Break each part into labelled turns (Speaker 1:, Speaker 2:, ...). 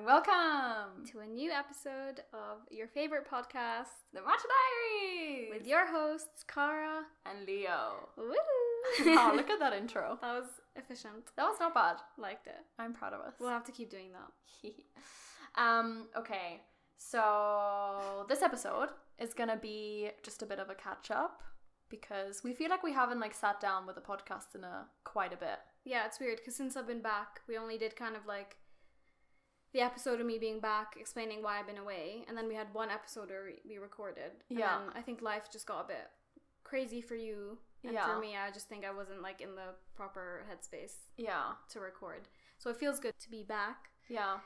Speaker 1: Welcome
Speaker 2: to a new episode of your favorite podcast
Speaker 1: the Matcha Diaries
Speaker 2: with your hosts, Cara.
Speaker 1: and Leo.
Speaker 2: Woo!
Speaker 1: oh, look at that intro.
Speaker 2: That was efficient.
Speaker 1: That was not bad.
Speaker 2: Liked it.
Speaker 1: I'm proud of us.
Speaker 2: We'll have to keep doing that.
Speaker 1: um, okay. So this episode is gonna be just a bit of a catch up because we feel like we haven't like sat down with a podcast in a quite a bit.
Speaker 2: Yeah, it's weird because since I've been back, we only did kind of like the episode of me being back, explaining why I've been away, and then we had one episode where we- we recorded. And
Speaker 1: Yeah.
Speaker 2: then I think life just got a bit crazy for you. And
Speaker 1: Yeah.
Speaker 2: for me, I just think I wasn't like in the proper headspace
Speaker 1: Yeah.
Speaker 2: to record. So it feels good to be back.
Speaker 1: Yeah.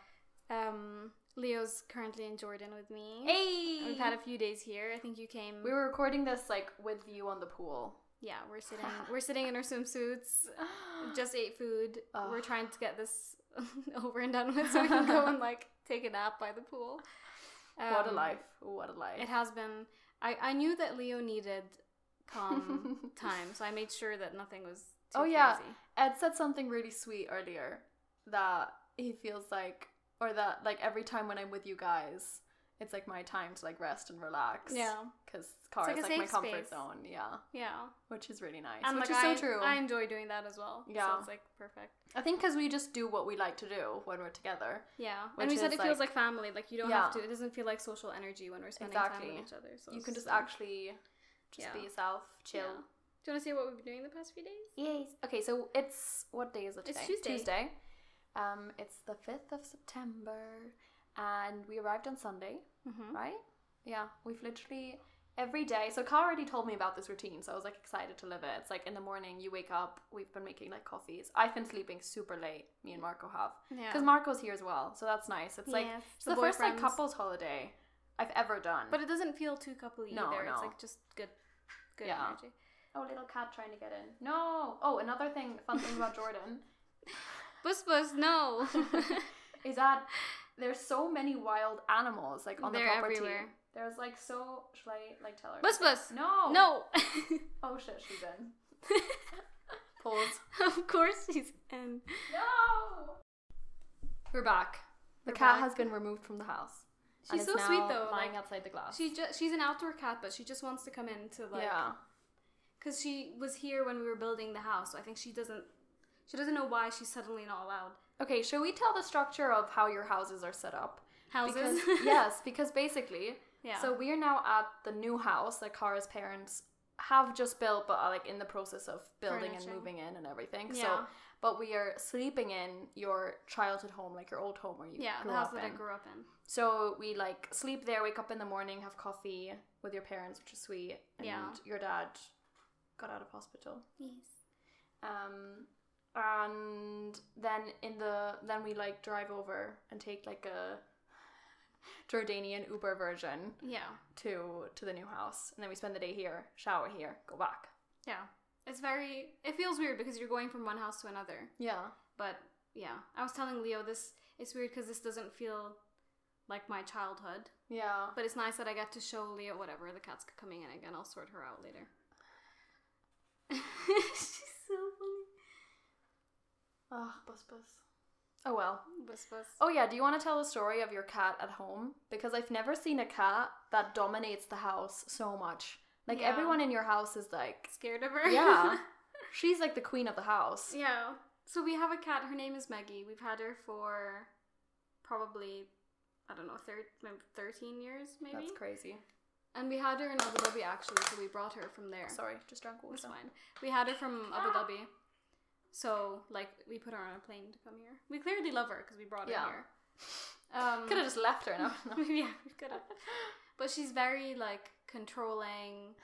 Speaker 2: Um, Leo's currently in Jordan with me.
Speaker 1: Hey.
Speaker 2: We've had a few days here. I think you came.
Speaker 1: we were recording this like with you on the pool.
Speaker 2: yeah, we're sitting. we're sitting in our swimsuits. Just ate food.
Speaker 1: Ugh.
Speaker 2: We're trying to get this over and done with so we can go and like take a nap by the pool.
Speaker 1: what a
Speaker 2: Um,
Speaker 1: life. What a life.
Speaker 2: It has been. I I knew that Leo needed calm time, so I made sure that nothing was. Too
Speaker 1: Oh, yeah.
Speaker 2: crazy.
Speaker 1: Ed said something really sweet earlier that he feels like, or that like every time when I'm with you guys, it's like my time to like rest and relax.
Speaker 2: Yeah.
Speaker 1: Because car
Speaker 2: like
Speaker 1: is
Speaker 2: a
Speaker 1: like my
Speaker 2: safe
Speaker 1: comfort
Speaker 2: space.
Speaker 1: zone. Yeah.
Speaker 2: Yeah.
Speaker 1: Which is really nice.
Speaker 2: And
Speaker 1: which
Speaker 2: like
Speaker 1: is so
Speaker 2: I,
Speaker 1: true.
Speaker 2: I
Speaker 1: i
Speaker 2: enjoy doing that as well.
Speaker 1: Yeah.
Speaker 2: So it's like perfect.
Speaker 1: think because we just do what we like to do when we're together.
Speaker 2: Yeah, and
Speaker 1: Which
Speaker 2: we said
Speaker 1: is,
Speaker 2: it feels like family. Like you don't have
Speaker 1: Yeah.
Speaker 2: to. It doesn't feel like social energy when we're spending time
Speaker 1: Exactly.
Speaker 2: with each other. So
Speaker 1: you
Speaker 2: it's
Speaker 1: can just
Speaker 2: fun.
Speaker 1: actually just
Speaker 2: Yeah.
Speaker 1: be yourself, chill.
Speaker 2: Yeah. Do you want to see what we've been doing the past few days?
Speaker 1: Yes. Okay, so it's what day is it
Speaker 2: It's
Speaker 1: today?
Speaker 2: Tuesday.
Speaker 1: Tuesday. Um, it's the fifth of September, and we arrived on Sunday.
Speaker 2: Mm-hmm.
Speaker 1: right? Yeah, we've literally every day. So Carl already told me about this routine, so I was like excited to live it. It's like in the morning you wake up. We've been making like coffees. I've been sleeping super late. Me and Marco have
Speaker 2: Yeah.
Speaker 1: because Marco's here as well, so that's nice. It's like
Speaker 2: Yes,
Speaker 1: it's
Speaker 2: the
Speaker 1: the, first like
Speaker 2: boyfriends.
Speaker 1: couples holiday I've ever done.
Speaker 2: but it doesn't feel too coupley
Speaker 1: No,
Speaker 2: either. It's
Speaker 1: no.
Speaker 2: like just good, good
Speaker 1: Yeah.
Speaker 2: energy.
Speaker 1: oh, little cat trying to get in. No. Oh, another thing, fun thing about Jordan
Speaker 2: Bus bus, no.
Speaker 1: is that there's so many wild animals like on
Speaker 2: They're
Speaker 1: the property.
Speaker 2: everywhere.
Speaker 1: There's like so. Should I like tell her?
Speaker 2: bus bus,
Speaker 1: no.
Speaker 2: no.
Speaker 1: Oh shit, she's in. Pause.
Speaker 2: of course she's in.
Speaker 1: No! We're back. The
Speaker 2: We're
Speaker 1: cat
Speaker 2: back.
Speaker 1: has been removed from the house. and
Speaker 2: She's so
Speaker 1: is
Speaker 2: sweet
Speaker 1: now
Speaker 2: though.
Speaker 1: Lying
Speaker 2: Like,
Speaker 1: outside the glass.
Speaker 2: she just she's an outdoor cat, but she just wants to come in to like.
Speaker 1: yeah.
Speaker 2: because she was here when we were building the house. So I think she doesn't she doesn't know why she's suddenly not allowed
Speaker 1: Okay, shall we tell the structure of how your houses are set up?
Speaker 2: houses.
Speaker 1: Because, yes, because basically,
Speaker 2: yeah.
Speaker 1: so we are now at the new house that Kara's parents have just built, but are like in the process of building
Speaker 2: Furnishing.
Speaker 1: and moving in and everything. So,
Speaker 2: Yeah.
Speaker 1: but we are sleeping in your childhood home, like your old home where you
Speaker 2: yeah,
Speaker 1: grew
Speaker 2: the house
Speaker 1: up
Speaker 2: that
Speaker 1: in.
Speaker 2: I grew up in.
Speaker 1: So we like sleep there, wake up in the morning, have coffee with your parents, which is sweet. And
Speaker 2: Yeah.
Speaker 1: your dad got out of hospital.
Speaker 2: Yes.
Speaker 1: Um and then in the then we like drive over and take like a Jordanian Uber version
Speaker 2: Yeah,
Speaker 1: to to the new house. And then we spend the day here, shower here, go back.
Speaker 2: yeah. It's very. It feels weird because you're going from one house to another.
Speaker 1: Yeah.
Speaker 2: But yeah, I was telling Leo this. It's weird because this doesn't feel like my childhood.
Speaker 1: Yeah.
Speaker 2: But it's nice that I get to show Leo whatever the cat's coming in again. I'll sort her out later. She's so funny.
Speaker 1: Oh, bus bus. Oh well.
Speaker 2: Bus bus.
Speaker 1: Oh yeah, do you want to tell the story of your cat at home? Because I've never seen a cat that dominates the house so much. Like
Speaker 2: Yeah.
Speaker 1: everyone in your house is like,
Speaker 2: Scared of her?
Speaker 1: yeah, she's like the queen of the house.
Speaker 2: Yeah. So we have a cat. Her name is Maggie. We've had her for probably I don't know, thir- maybe thirteen years, maybe.
Speaker 1: That's crazy.
Speaker 2: And we had her in Abu Dhabi actually, so we brought her from there.
Speaker 1: Sorry, just drank
Speaker 2: It's
Speaker 1: water.
Speaker 2: fine. We had her from Abu Dhabi, so like we put her on a plane to come here. We clearly love her because we brought her
Speaker 1: Yeah.
Speaker 2: here. Um,
Speaker 1: Could have just left her. No, no.
Speaker 2: yeah, we could have. But she's very like controlling.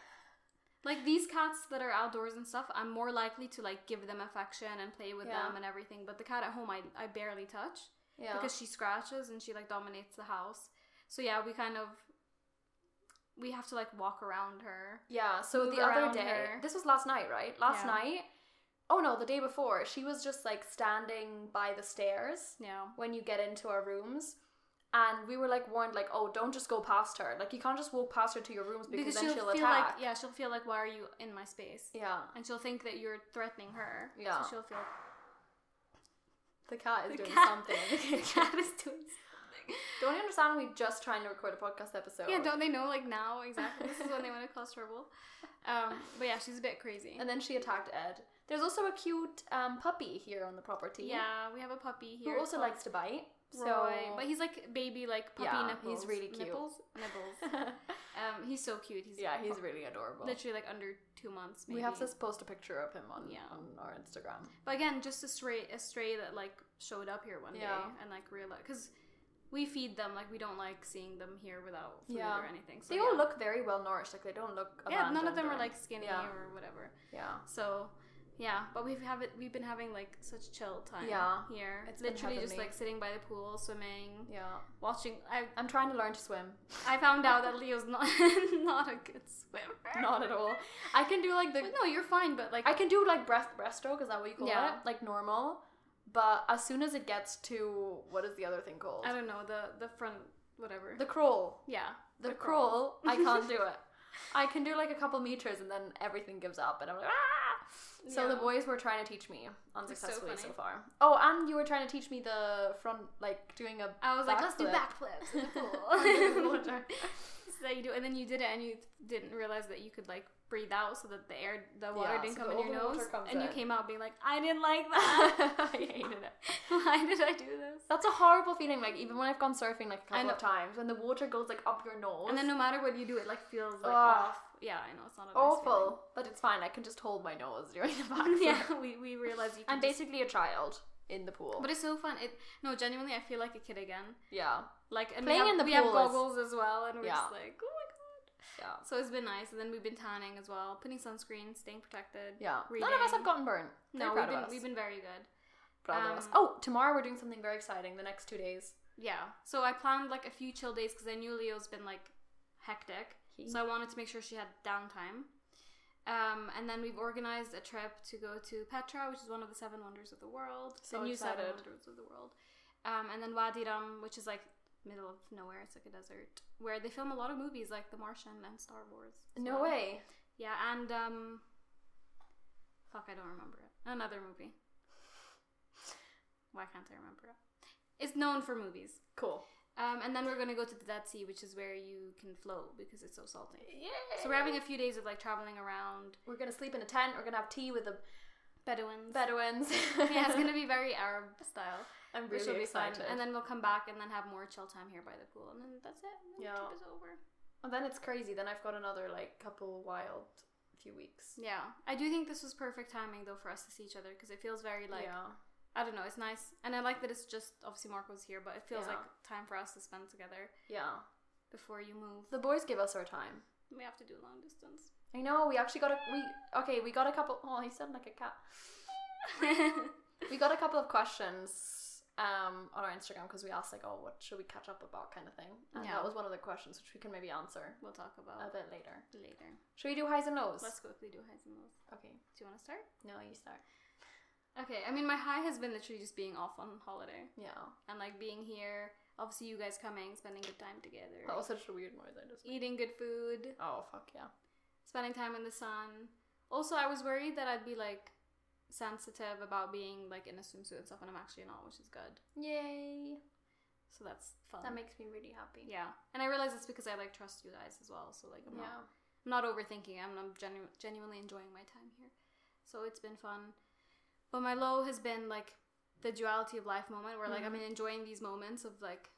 Speaker 2: Like these cats that are outdoors and stuff, I'm more likely to like give them affection and play with
Speaker 1: Yeah.
Speaker 2: them and everything. But the cat at home, I, I barely touch
Speaker 1: Yeah.
Speaker 2: because she scratches and she like dominates the house. So yeah, we kind of we have to like walk around her.
Speaker 1: yeah. So
Speaker 2: move
Speaker 1: the other
Speaker 2: around
Speaker 1: day,
Speaker 2: her.
Speaker 1: this was last night, right? Last
Speaker 2: Yeah.
Speaker 1: night. Oh no, the day before, she was just like standing by the stairs
Speaker 2: Yeah,
Speaker 1: when you get into our rooms. And we were like warned, like, oh, don't just go past her. Like, you can't just walk past her to your rooms because, then she'll,
Speaker 2: feel like
Speaker 1: attack.
Speaker 2: yeah, she'll feel like why are you in my space?
Speaker 1: Yeah.
Speaker 2: And she'll think that you're threatening her.
Speaker 1: Yeah.
Speaker 2: So she'll feel
Speaker 1: The cat is
Speaker 2: The
Speaker 1: doing
Speaker 2: cat-
Speaker 1: something.
Speaker 2: the cat is doing something. like
Speaker 1: Don't you understand? We just trying to record a podcast episode.
Speaker 2: yeah, don't they know like now exactly? This is when they want to cause trouble. Um, but yeah, she's a bit crazy.
Speaker 1: And then she attacked Ed. There's also a cute um, puppy here on the property.
Speaker 2: Yeah, we have a puppy
Speaker 1: Who
Speaker 2: here.
Speaker 1: also
Speaker 2: called
Speaker 1: likes to bite. So,
Speaker 2: Roy, but he's like baby, like puppy
Speaker 1: Yeah, he's
Speaker 2: nipples.
Speaker 1: really cute.
Speaker 2: Nipples, nipples. um, he's so cute. He's
Speaker 1: yeah, he's
Speaker 2: pu-
Speaker 1: really adorable.
Speaker 2: literally like under two months. Maybe.
Speaker 1: We have to post a picture of him on,
Speaker 2: Yeah.
Speaker 1: on our Instagram.
Speaker 2: But again, just a stray, a stray that like showed up here one day
Speaker 1: Yeah.
Speaker 2: and like realized because we feed them. Like we don't like seeing them here without food
Speaker 1: Yeah.
Speaker 2: or anything. So
Speaker 1: They
Speaker 2: yeah.
Speaker 1: all look very well nourished. Like they don't look.
Speaker 2: Yeah, none of
Speaker 1: abandoned
Speaker 2: them
Speaker 1: or
Speaker 2: are like skinny
Speaker 1: Yeah.
Speaker 2: or whatever.
Speaker 1: anything. Yeah.
Speaker 2: So yeah, but we've have it. We've been having like such chill time.
Speaker 1: Yeah.
Speaker 2: here.
Speaker 1: It's
Speaker 2: It's
Speaker 1: been
Speaker 2: literally just
Speaker 1: heavenly.
Speaker 2: like sitting by the pool, swimming,
Speaker 1: Yeah.
Speaker 2: watching. I
Speaker 1: I'm trying to learn to swim.
Speaker 2: I found out that Leo's not not a good swimmer.
Speaker 1: Not at all. I can do like the.
Speaker 2: Well, no, you're fine, but like
Speaker 1: I can do like breast breaststroke. Is that what you call
Speaker 2: Yeah.
Speaker 1: it? Like normal. But as soon as it gets to what is the other thing called?
Speaker 2: I don't know the the front whatever.
Speaker 1: The crawl.
Speaker 2: yeah,
Speaker 1: The, crawl. I can't do it. I can do like a couple meters and then everything gives up and I'm like ah. So the
Speaker 2: Yeah.
Speaker 1: boys were trying to teach me
Speaker 2: That's so
Speaker 1: unsuccessfully so,
Speaker 2: funny.
Speaker 1: far. Oh, and you were trying to teach me the front, like doing a.
Speaker 2: I was like, let's do
Speaker 1: backflip.
Speaker 2: backflips in the
Speaker 1: Under the
Speaker 2: pool.
Speaker 1: water.
Speaker 2: so you do, and then you did it, and you didn't realize that you could like breathe out, so that the air, the water
Speaker 1: Yeah,
Speaker 2: didn't
Speaker 1: so
Speaker 2: come
Speaker 1: the-
Speaker 2: in your
Speaker 1: all the water
Speaker 2: nose,
Speaker 1: comes
Speaker 2: and you
Speaker 1: in.
Speaker 2: came out being like, I didn't like that.
Speaker 1: I hated it.
Speaker 2: Why did I do this?
Speaker 1: That's a horrible feeling. Like even when I've gone surfing like
Speaker 2: I
Speaker 1: a couple
Speaker 2: know.
Speaker 1: of times, when the water goes like up your nose,
Speaker 2: And then no matter what you do, it like feels like
Speaker 1: Ugh.
Speaker 2: off. Yeah, I know it's not a nice
Speaker 1: awful. But it's fine. I can just hold my nose during the
Speaker 2: feeling.
Speaker 1: backflip.
Speaker 2: yeah, we we realized you. Can
Speaker 1: I'm basically a child in the pool.
Speaker 2: but it's so fun. It no, genuinely, I feel like a kid again.
Speaker 1: yeah,
Speaker 2: Like and
Speaker 1: Playing
Speaker 2: we have,
Speaker 1: in the
Speaker 2: we
Speaker 1: pool
Speaker 2: have
Speaker 1: is-
Speaker 2: goggles as well, and we're
Speaker 1: Yeah.
Speaker 2: just like, oh my god.
Speaker 1: yeah,
Speaker 2: So it's been nice, and then we've been tanning as well, putting sunscreen, staying protected.
Speaker 1: yeah. None of us
Speaker 2: Reading.
Speaker 1: have gotten burnt. Very
Speaker 2: No,
Speaker 1: proud
Speaker 2: we've
Speaker 1: of
Speaker 2: been
Speaker 1: us.
Speaker 2: we've been very good.
Speaker 1: Proud of us.
Speaker 2: um,
Speaker 1: Oh, tomorrow we're doing something very exciting. The next two days.
Speaker 2: Yeah. So I planned like a few chill days because I knew Leo's been like hectic,
Speaker 1: He-
Speaker 2: so I wanted to make sure she had downtime. Um, and then we've organized a trip to go to Petra, which is one of the seven wonders of the world,
Speaker 1: So
Speaker 2: the new seven
Speaker 1: excited.
Speaker 2: wonders of the world. Um, and then Wadi Rum, which is like middle of nowhere, it's like a desert where they film a lot of movies like The Martian and Star Wars. as
Speaker 1: No
Speaker 2: well.
Speaker 1: way.
Speaker 2: Yeah, and um, fuck, I don't remember it. Another movie. Why can't I remember it? It's known for movies.
Speaker 1: Cool.
Speaker 2: Um, and then we're gonna go to the Dead Sea, which is where you can float because it's so salty.
Speaker 1: Yeah.
Speaker 2: So we're having a few days of like traveling around
Speaker 1: We're gonna sleep in a tent. We're gonna have tea with the
Speaker 2: Bedouins.
Speaker 1: Bedouins.
Speaker 2: yeah, it's gonna be very Arab style,
Speaker 1: I'm
Speaker 2: which
Speaker 1: really
Speaker 2: will be
Speaker 1: excited.
Speaker 2: fun. And then we'll come back and then have more chill time here by the pool, and then that's it. And
Speaker 1: Yeah.
Speaker 2: The trip is over.
Speaker 1: And then it's crazy. Then I've got another like couple wild few weeks.
Speaker 2: Yeah, I do think this was perfect timing though for us to see each other because it feels very like
Speaker 1: yeah.
Speaker 2: I don't know, it's nice, and I like that it's just obviously Marco's here, but it feels
Speaker 1: Yeah.
Speaker 2: like time for us to spend together
Speaker 1: Yeah.
Speaker 2: before you move.
Speaker 1: The boys give us our time.
Speaker 2: We have to do long distance.
Speaker 1: I know. We actually got a we okay. We got a couple. Oh, he sounded like a cat. We got a couple of questions um on our Instagram because we asked like, oh, what should we catch up about, kind of thing. And
Speaker 2: Yeah.
Speaker 1: that was one of the questions which we can maybe answer
Speaker 2: we'll talk about
Speaker 1: a bit later.
Speaker 2: later.
Speaker 1: Should we do highs and lows?
Speaker 2: Let's quickly do highs and lows.
Speaker 1: okay.
Speaker 2: Do you want to start?
Speaker 1: No, you start.
Speaker 2: Okay, I mean, my high has been literally just being off on holiday
Speaker 1: Yeah.
Speaker 2: and like being here. Obviously, you guys coming, spending good time together,
Speaker 1: That was such a weird noise. I just.
Speaker 2: eating good food,
Speaker 1: Oh fuck yeah.
Speaker 2: spending time in the sun. Also, I was worried that I'd be like sensitive about being like in a swimsuit and stuff, and I'm actually not, which is good.
Speaker 1: Yay.
Speaker 2: So that's fun.
Speaker 1: That makes me really happy.
Speaker 2: yeah, and I realize it's because I like trust you guys as well. So like, I'm not
Speaker 1: Yeah.
Speaker 2: I'm not overthinking. it. I'm, I'm genu- genuinely enjoying my time here. So it's been fun. But my low has been like the duality of life moment where like I've been enjoying these moments of like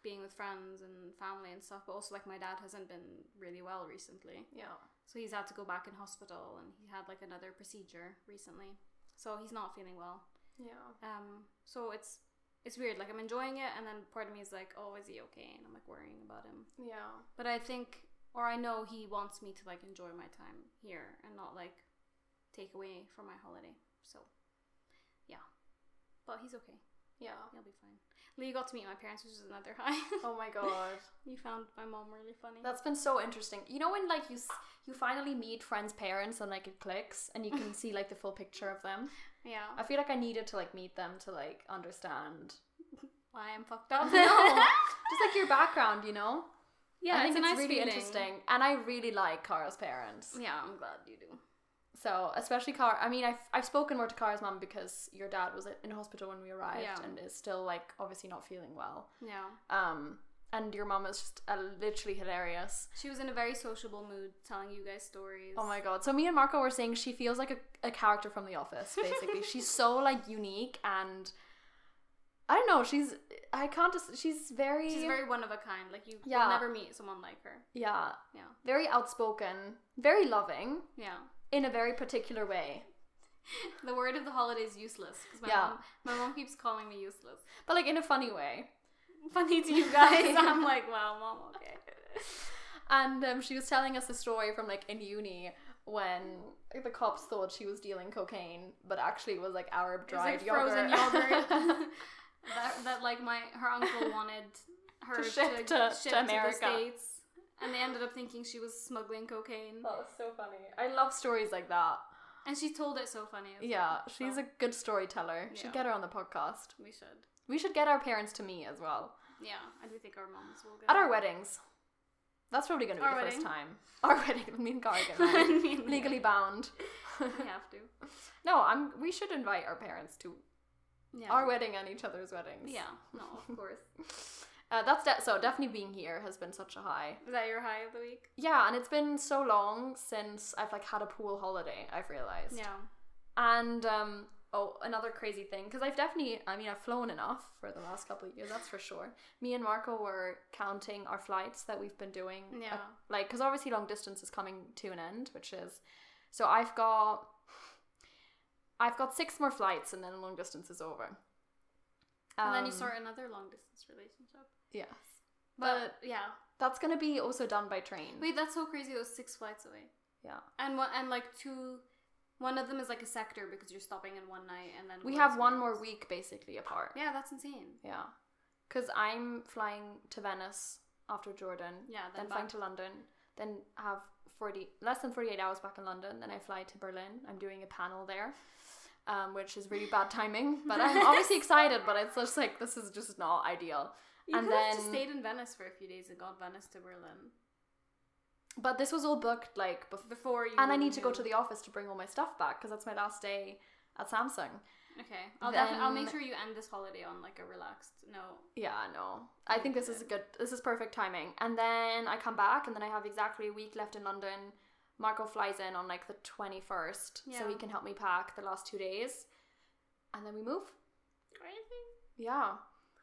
Speaker 2: being with friends and family and stuff, but also like my dad hasn't been really well recently.
Speaker 1: Yeah.
Speaker 2: So he's had to go back in hospital and he had like another procedure recently. So he's not feeling well.
Speaker 1: Yeah.
Speaker 2: Um so it's it's weird. Like I'm enjoying it and then part of me is like, "Oh, is he okay?" and I'm like worrying about him.
Speaker 1: Yeah.
Speaker 2: But I think, or I know he wants me to like enjoy my time here and not like take away from my holiday. So, yeah. But he's okay.
Speaker 1: Yeah.
Speaker 2: He'll be fine. Lee got to meet my parents, which is another high.
Speaker 1: Oh my god.
Speaker 2: you found my mom really funny.
Speaker 1: That's been so interesting. You know when like you s- you finally meet friends' parents and like it clicks and you can see like the full picture of them.
Speaker 2: yeah.
Speaker 1: I feel like I needed to like meet them to like understand.
Speaker 2: Why I'm fucked up.
Speaker 1: No. Just like your background, you know?
Speaker 2: yeah,
Speaker 1: I think
Speaker 2: a
Speaker 1: it's,
Speaker 2: nice
Speaker 1: really
Speaker 2: feeling.
Speaker 1: interesting. And I really like Cara's parents.
Speaker 2: Yeah, I'm glad you do.
Speaker 1: So especially Car. I mean, I've I've spoken more to Cara's mom because your dad was in hospital when we arrived
Speaker 2: Yeah.
Speaker 1: and is still like obviously not feeling well.
Speaker 2: Yeah.
Speaker 1: Um, and your mom is just uh, literally hilarious.
Speaker 2: She was in a very sociable mood, telling you guys stories.
Speaker 1: Oh my god. So me and Marco were saying she feels like a, a character from The Office, basically. she's so like unique and I don't know, she's I can't just she's very,
Speaker 2: She's very one of a kind. Like you
Speaker 1: Yeah.
Speaker 2: will never meet someone like her.
Speaker 1: Yeah.
Speaker 2: Yeah.
Speaker 1: Very outspoken, very loving
Speaker 2: Yeah.
Speaker 1: in a very particular way.
Speaker 2: The word of the holiday is useless. 'cause my
Speaker 1: Yeah.
Speaker 2: Mom, my mom keeps calling me useless.
Speaker 1: But like in a funny way.
Speaker 2: Funny to you guys. I'm like, wow, mom, okay.
Speaker 1: And um, she was telling us a story from like in uni when like, the cops thought she was dealing cocaine, but actually it was like Arab
Speaker 2: It's like
Speaker 1: dried
Speaker 2: frozen
Speaker 1: yogurt.
Speaker 2: yogurt. that, that like my her uncle wanted her
Speaker 1: To
Speaker 2: to
Speaker 1: ship
Speaker 2: ship
Speaker 1: to- to America.
Speaker 2: the states, and they ended up thinking she was smuggling cocaine.
Speaker 1: that was so funny. I love stories like that.
Speaker 2: And she told it so funny. as
Speaker 1: Yeah,
Speaker 2: well,
Speaker 1: she's
Speaker 2: so
Speaker 1: a good storyteller.
Speaker 2: Yeah.
Speaker 1: Should get her on the podcast.
Speaker 2: We should.
Speaker 1: We should get our parents to meet as well
Speaker 2: Yeah, I do think our moms will go
Speaker 1: at our weddings. That's probably going to be
Speaker 2: Our
Speaker 1: the
Speaker 2: wedding.
Speaker 1: first time. Our wedding, me and Gar get married. legally bound.
Speaker 2: we have to.
Speaker 1: No, I'm. We should invite our parents to
Speaker 2: Yeah.
Speaker 1: our wedding and each other's weddings.
Speaker 2: yeah. No, of course.
Speaker 1: uh, that's de- so. Definitely being here has been such a high.
Speaker 2: Is that your high of the week?
Speaker 1: Yeah, and it's been so long since I've like had a pool holiday. I've realized.
Speaker 2: Yeah.
Speaker 1: And um, oh, another crazy thing because I've definitely, I mean, I've flown enough for the last couple of years. That's for sure. Me and Marco were counting our flights that we've been doing. uh,
Speaker 2: Yeah.
Speaker 1: like, because obviously long distance is coming to an end, which is so I've got. I've got six more flights and then long distance is over.
Speaker 2: and then you
Speaker 1: Um,
Speaker 2: start another long distance relationship.
Speaker 1: Yes.
Speaker 2: But, yeah.
Speaker 1: That's going to be also done by train.
Speaker 2: Wait, that's so crazy. Those six flights away.
Speaker 1: yeah.
Speaker 2: And one and like two one of them is like a sector because you're stopping in one night and then
Speaker 1: We
Speaker 2: going
Speaker 1: have
Speaker 2: somewhere
Speaker 1: one more
Speaker 2: else.
Speaker 1: week basically apart.
Speaker 2: Yeah, that's insane.
Speaker 1: Yeah. Because I'm flying to Venice after Jordan.
Speaker 2: Yeah, then
Speaker 1: Then, flying
Speaker 2: back.
Speaker 1: to London. Then have 40, less than 48 hours back in London. Then I fly to Berlin. I'm doing a panel there, um, which is really bad timing. But I'm obviously excited, but it's just like, this is just not ideal.
Speaker 2: You
Speaker 1: And
Speaker 2: could have just
Speaker 1: then-
Speaker 2: stayed in Venice for a few days and gone Venice to Berlin
Speaker 1: But this was all booked like before.
Speaker 2: before you.
Speaker 1: And I need to go
Speaker 2: knew-
Speaker 1: to the office to bring all my stuff back because that's my last day at Samsung.
Speaker 2: Okay, I'll definitely. I'll make
Speaker 1: Then-
Speaker 2: sure you end this holiday on like a relaxed note.
Speaker 1: Yeah, no. I think this is a good this is perfect timing. And then I come back and then I have exactly a week left in London. Marco flies in on like the 21st
Speaker 2: Yeah.
Speaker 1: so he can help me pack the last 2 days. And then we move.
Speaker 2: Crazy.
Speaker 1: Yeah.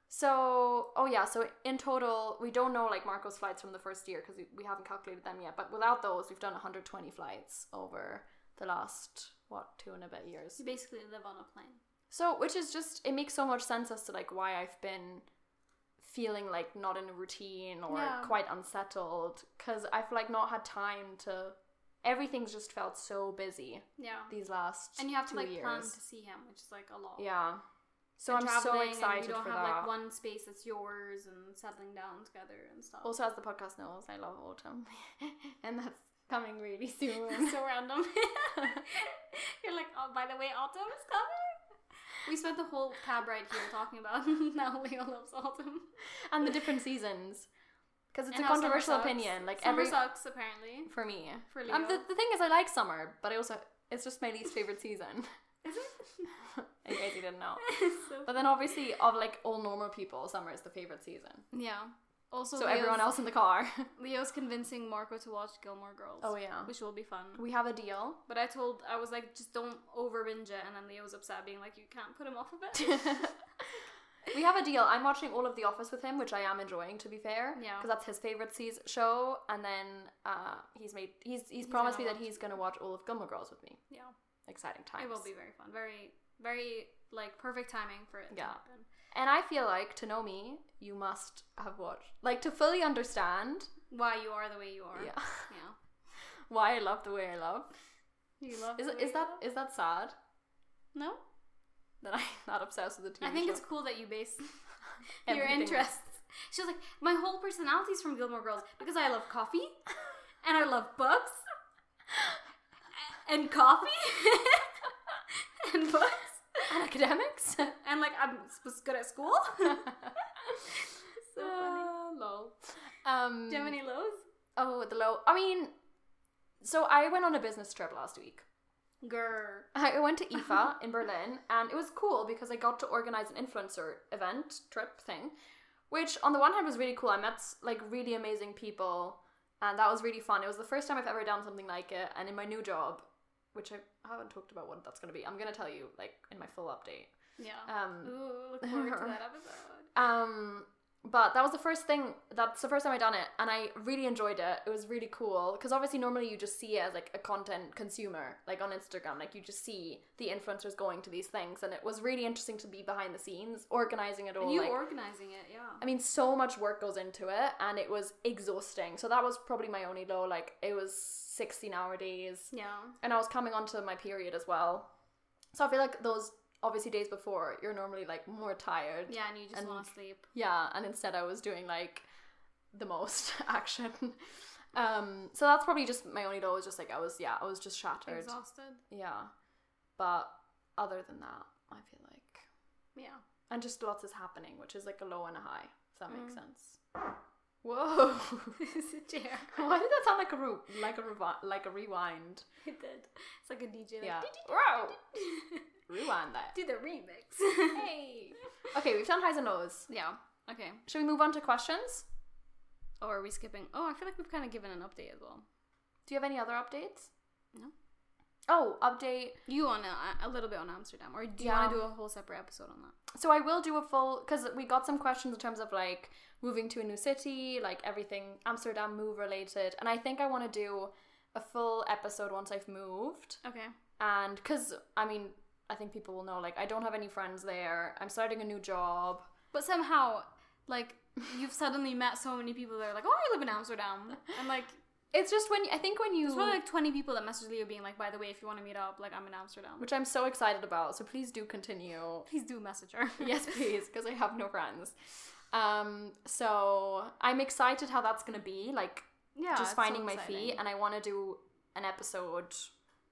Speaker 1: So, oh yeah, so in total, we don't know like Marco's flights from the first year because we, we haven't calculated them yet. But without those, we've done 120 flights over the last, what, two and a bit years.
Speaker 2: You basically live on a plane.
Speaker 1: So, which is just it makes so much sense as to like why I've been feeling like not in a routine or
Speaker 2: Yeah.
Speaker 1: quite unsettled cuz I've like not had time to everything's just felt so busy
Speaker 2: Yeah.
Speaker 1: these last
Speaker 2: And you have to
Speaker 1: two
Speaker 2: like
Speaker 1: years.
Speaker 2: plan to see him, which is like a lot.
Speaker 1: Yeah. So
Speaker 2: And
Speaker 1: I'm so
Speaker 2: traveling, And
Speaker 1: excited
Speaker 2: you don't
Speaker 1: for
Speaker 2: have
Speaker 1: that.
Speaker 2: like one space that's yours and settling down together and stuff.
Speaker 1: also as the podcast knows, I love autumn. and that's coming really soon.
Speaker 2: so random. You're like, oh, by the way, autumn is coming. We spent the whole cab ride here talking about how Leo loves autumn.
Speaker 1: and the different seasons. Cuz it's
Speaker 2: And
Speaker 1: a
Speaker 2: how summer
Speaker 1: controversial
Speaker 2: sucks.
Speaker 1: opinion like
Speaker 2: summer
Speaker 1: every
Speaker 2: sucks apparently.
Speaker 1: for me.
Speaker 2: For
Speaker 1: Um, the,
Speaker 2: Leo.
Speaker 1: the thing is, I like summer, but I also it's just my least favorite season.
Speaker 2: Is it?
Speaker 1: In case you didn't know.
Speaker 2: so,
Speaker 1: But then obviously, of like all normal people, summer is the favorite season.
Speaker 2: yeah. Also,
Speaker 1: So,
Speaker 2: Leo's-
Speaker 1: everyone else in the car.
Speaker 2: Leo's convincing Marco to watch Gilmore Girls.
Speaker 1: oh yeah,
Speaker 2: which will be fun.
Speaker 1: we have a deal.
Speaker 2: But I told I was like, just don't over binge it, and then Leo was upset, being like, you can't put him off of it.
Speaker 1: we have a deal. I'm watching all of The Office with him, which I am enjoying, to be fair.
Speaker 2: Yeah.
Speaker 1: because that's his favorite season show. And then uh, he's made he's he's,
Speaker 2: He's
Speaker 1: promised me
Speaker 2: gonna
Speaker 1: that
Speaker 2: watch-
Speaker 1: he's gonna watch all of Gilmore Girls with me.
Speaker 2: yeah,
Speaker 1: Exciting times.
Speaker 2: it will be very fun. Very, very like perfect timing for it
Speaker 1: Yeah.
Speaker 2: to happen.
Speaker 1: And I feel like to know me, you must have watched like to fully understand.
Speaker 2: Why you are the way you are.
Speaker 1: Yeah.
Speaker 2: Yeah.
Speaker 1: Why I love the way I love.
Speaker 2: You love.
Speaker 1: Is
Speaker 2: the
Speaker 1: it-
Speaker 2: way
Speaker 1: is
Speaker 2: you
Speaker 1: that
Speaker 2: are.
Speaker 1: is that sad
Speaker 2: no?
Speaker 1: that I'm not obsessed with the TV
Speaker 2: I think
Speaker 1: show?
Speaker 2: it's cool that you base your
Speaker 1: Everything else.
Speaker 2: interests. She was like, my whole personality is from Gilmore Girls because I love coffee, and I love books, and coffee, and books,
Speaker 1: and academics.
Speaker 2: and like I'm s- good at school. so funny.
Speaker 1: Uh, lol. Um,
Speaker 2: Ah, Do you have any lows?
Speaker 1: Oh, the low. I mean, so I went on a business trip last week.
Speaker 2: Grr.
Speaker 1: I went to IFA in Berlin and it was cool because I got to organize an influencer event, trip thing, which on the one hand was really cool. I met like really amazing people and that was really fun. It was the first time I've ever done something like it and in my new job, which I haven't talked about what that's going to be. I'm going to tell you like in my full update.
Speaker 2: Yeah.
Speaker 1: Um
Speaker 2: Ooh, look forward to that episode.
Speaker 1: um, but that was the first thing. That's the first time I done it, and I really enjoyed it. It was really cool because obviously normally you just see it as like a content consumer, like on Instagram, like you just see the influencers going to these things, and it was really interesting to be behind the scenes, organizing it all.
Speaker 2: And you
Speaker 1: like,
Speaker 2: organizing it, yeah.
Speaker 1: I mean, so much work goes into it, and it was exhausting. So that was probably my only low. Like it was sixteen hour days,
Speaker 2: Yeah.
Speaker 1: and I was coming onto my period as well. So I feel like those obviously days before you're normally like more tired.
Speaker 2: Yeah, and you just
Speaker 1: And-
Speaker 2: want to sleep.
Speaker 1: Yeah, and instead I was doing like the most action. Um, so that's probably just my only goal was just like I was yeah, I was just shattered.
Speaker 2: Exhausted.
Speaker 1: Yeah. But other than that, I feel like
Speaker 2: Yeah.
Speaker 1: and just lots is happening, which is like a low and a high, if that makes
Speaker 2: Mm.
Speaker 1: sense. Whoa.
Speaker 2: it's a chair.
Speaker 1: Why did that sound like a re- like a revi- like a rewind?
Speaker 2: It did. It's like a DJ.
Speaker 1: Yeah.
Speaker 2: Like,
Speaker 1: Wow. Rewind that.
Speaker 2: Do the remix.
Speaker 1: Hey. Okay, we've done highs and lows.
Speaker 2: Yeah. Okay.
Speaker 1: Should we move on to questions?
Speaker 2: Oh, are we skipping? Oh, I feel like we've kind of given an update as well.
Speaker 1: Do you have any other updates?
Speaker 2: No.
Speaker 1: Oh, update.
Speaker 2: You on a, a little bit on Amsterdam, or do you
Speaker 1: Yeah.
Speaker 2: want to do a whole separate episode on that?
Speaker 1: So I will do a full because we got some questions in terms of like moving to a new city, like everything Amsterdam move related, and I think I want to do a full episode once I've moved.
Speaker 2: Okay.
Speaker 1: And because I mean, I think people will know like I don't have any friends there. I'm starting a new job.
Speaker 2: But somehow, like, you've suddenly met so many people that are like, "Oh, I live in Amsterdam," and like,
Speaker 1: It's just when I think when you,
Speaker 2: there's probably like 20 people that messaged Leo being like, "By the way, if you want to meet up, like, I'm in Amsterdam."
Speaker 1: which I'm so excited about. So please do continue.
Speaker 2: Please do message her.
Speaker 1: yes, please, because I have no friends. Um, so I'm excited how that's gonna be. Like
Speaker 2: yeah. it's
Speaker 1: just
Speaker 2: so
Speaker 1: finding my
Speaker 2: exciting.
Speaker 1: feet and I want to do an episode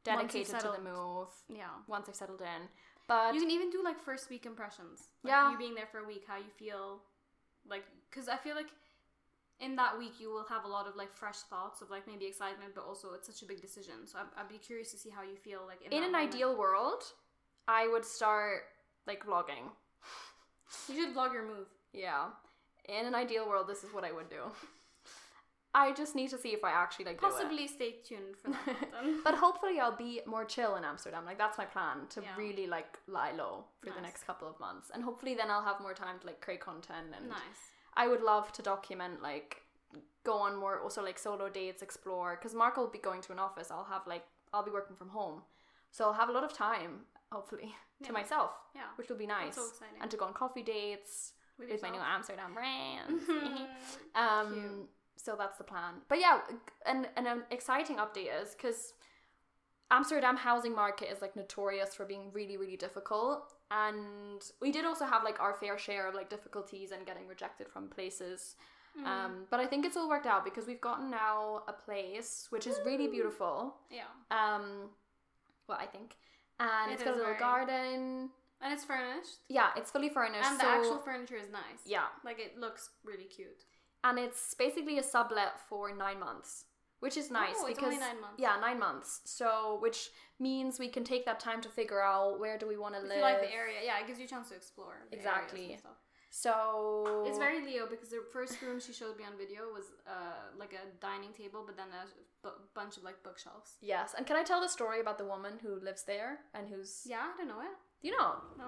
Speaker 1: dedicated to the
Speaker 2: settled.
Speaker 1: move
Speaker 2: yeah.
Speaker 1: once I've settled in. But
Speaker 2: You can even do like first week impressions. Like,
Speaker 1: Yeah.
Speaker 2: You being there for a week, how you feel, like, because I feel like in that week you will have a lot of like fresh thoughts of like maybe excitement, but also it's such a big decision. So i would be curious to see how you feel like in,
Speaker 1: in
Speaker 2: that
Speaker 1: an
Speaker 2: moment.
Speaker 1: ideal world, I would start like vlogging.
Speaker 2: You should vlog your move.
Speaker 1: Yeah. In an ideal world, this is what I would do. I just need to see if I actually like do it.
Speaker 2: Possibly stay tuned for that. content.
Speaker 1: But hopefully, I'll be more chill in Amsterdam. Like that's my plan to
Speaker 2: Yeah.
Speaker 1: really like lie low for the
Speaker 2: Nice.
Speaker 1: next couple of months, and hopefully, then I'll have more time to like create content and
Speaker 2: nice.
Speaker 1: I would love to document like go on more also like solo dates, explore. Because Mark will be going to an office. I'll have like I'll be working from home, so I'll have a lot of time hopefully
Speaker 2: Yeah.
Speaker 1: to myself,
Speaker 2: Yeah.
Speaker 1: which will be nice.
Speaker 2: That's so exciting.
Speaker 1: and to go on coffee dates
Speaker 2: With
Speaker 1: with my new
Speaker 2: yourself.
Speaker 1: Amsterdam brands.
Speaker 2: Mhm.
Speaker 1: um,
Speaker 2: Cute.
Speaker 1: so that's the plan. But yeah, and and an exciting update is because Amsterdam housing market is like notorious for being really really difficult and we did also have like our fair share of like difficulties and getting rejected from places
Speaker 2: Mm.
Speaker 1: um, but I think it's all worked out because we've gotten now a place which is
Speaker 2: Mm-hmm.
Speaker 1: really beautiful.
Speaker 2: yeah.
Speaker 1: Um, well, I think, and
Speaker 2: It
Speaker 1: it's got a
Speaker 2: is
Speaker 1: little
Speaker 2: very-
Speaker 1: garden.
Speaker 2: And it's furnished.
Speaker 1: Yeah, it's fully furnished.
Speaker 2: And the
Speaker 1: so-
Speaker 2: actual furniture is nice.
Speaker 1: yeah,
Speaker 2: Like it looks really cute.
Speaker 1: and it's basically a sublet for nine months, which is nice
Speaker 2: Oh, it's
Speaker 1: because
Speaker 2: only nine months.
Speaker 1: yeah, nine months. So which means we can take that time to figure out where do we want to
Speaker 2: If
Speaker 1: live.
Speaker 2: you like the area, yeah, it gives you a chance to explore. the areas
Speaker 1: Exactly.
Speaker 2: and stuff.
Speaker 1: So
Speaker 2: It's very Leo because the first room she showed me on video was uh, like a dining table, but then a bu- bunch of like bookshelves.
Speaker 1: yes. And can I tell the story about the woman who lives there and who's
Speaker 2: Yeah, I don't know it.
Speaker 1: you know
Speaker 2: No.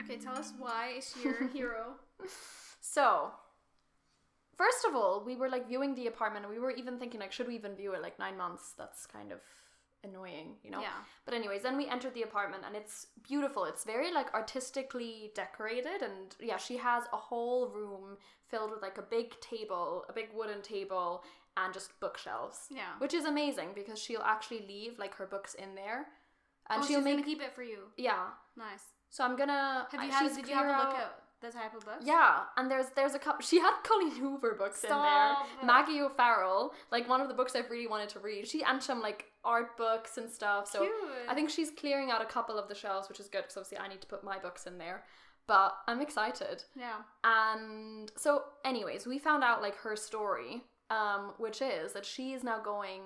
Speaker 2: Okay, tell us why is she your hero?
Speaker 1: So, first of all, we were like viewing the apartment and we were even thinking like should we even view it like 9 months? That's kind of annoying, you know?
Speaker 2: Yeah.
Speaker 1: But anyways, then we entered the apartment and it's beautiful. It's very like artistically decorated and yeah, she has a whole room filled with like a big table, a big wooden table and just bookshelves.
Speaker 2: Yeah.
Speaker 1: Which is amazing because she'll actually leave like her books in there and
Speaker 2: oh,
Speaker 1: she'll
Speaker 2: she's
Speaker 1: make
Speaker 2: gonna keep it for you.
Speaker 1: yeah.
Speaker 2: Nice.
Speaker 1: So I'm going to
Speaker 2: Have you had? Did you have a look
Speaker 1: at?
Speaker 2: at the type of books?
Speaker 1: Yeah, and there's there's a couple. She had Colleen Hoover books in
Speaker 2: Stop.
Speaker 1: there. Maggie O'Farrell, like one of the books I've really wanted to read. She and some like art books and stuff. So
Speaker 2: Cute.
Speaker 1: I think she's clearing out a couple of the shelves, which is good because obviously I need to put my books in there. But I'm excited.
Speaker 2: Yeah.
Speaker 1: And Um, so, anyways, we found out like her story, um, which is that she is now going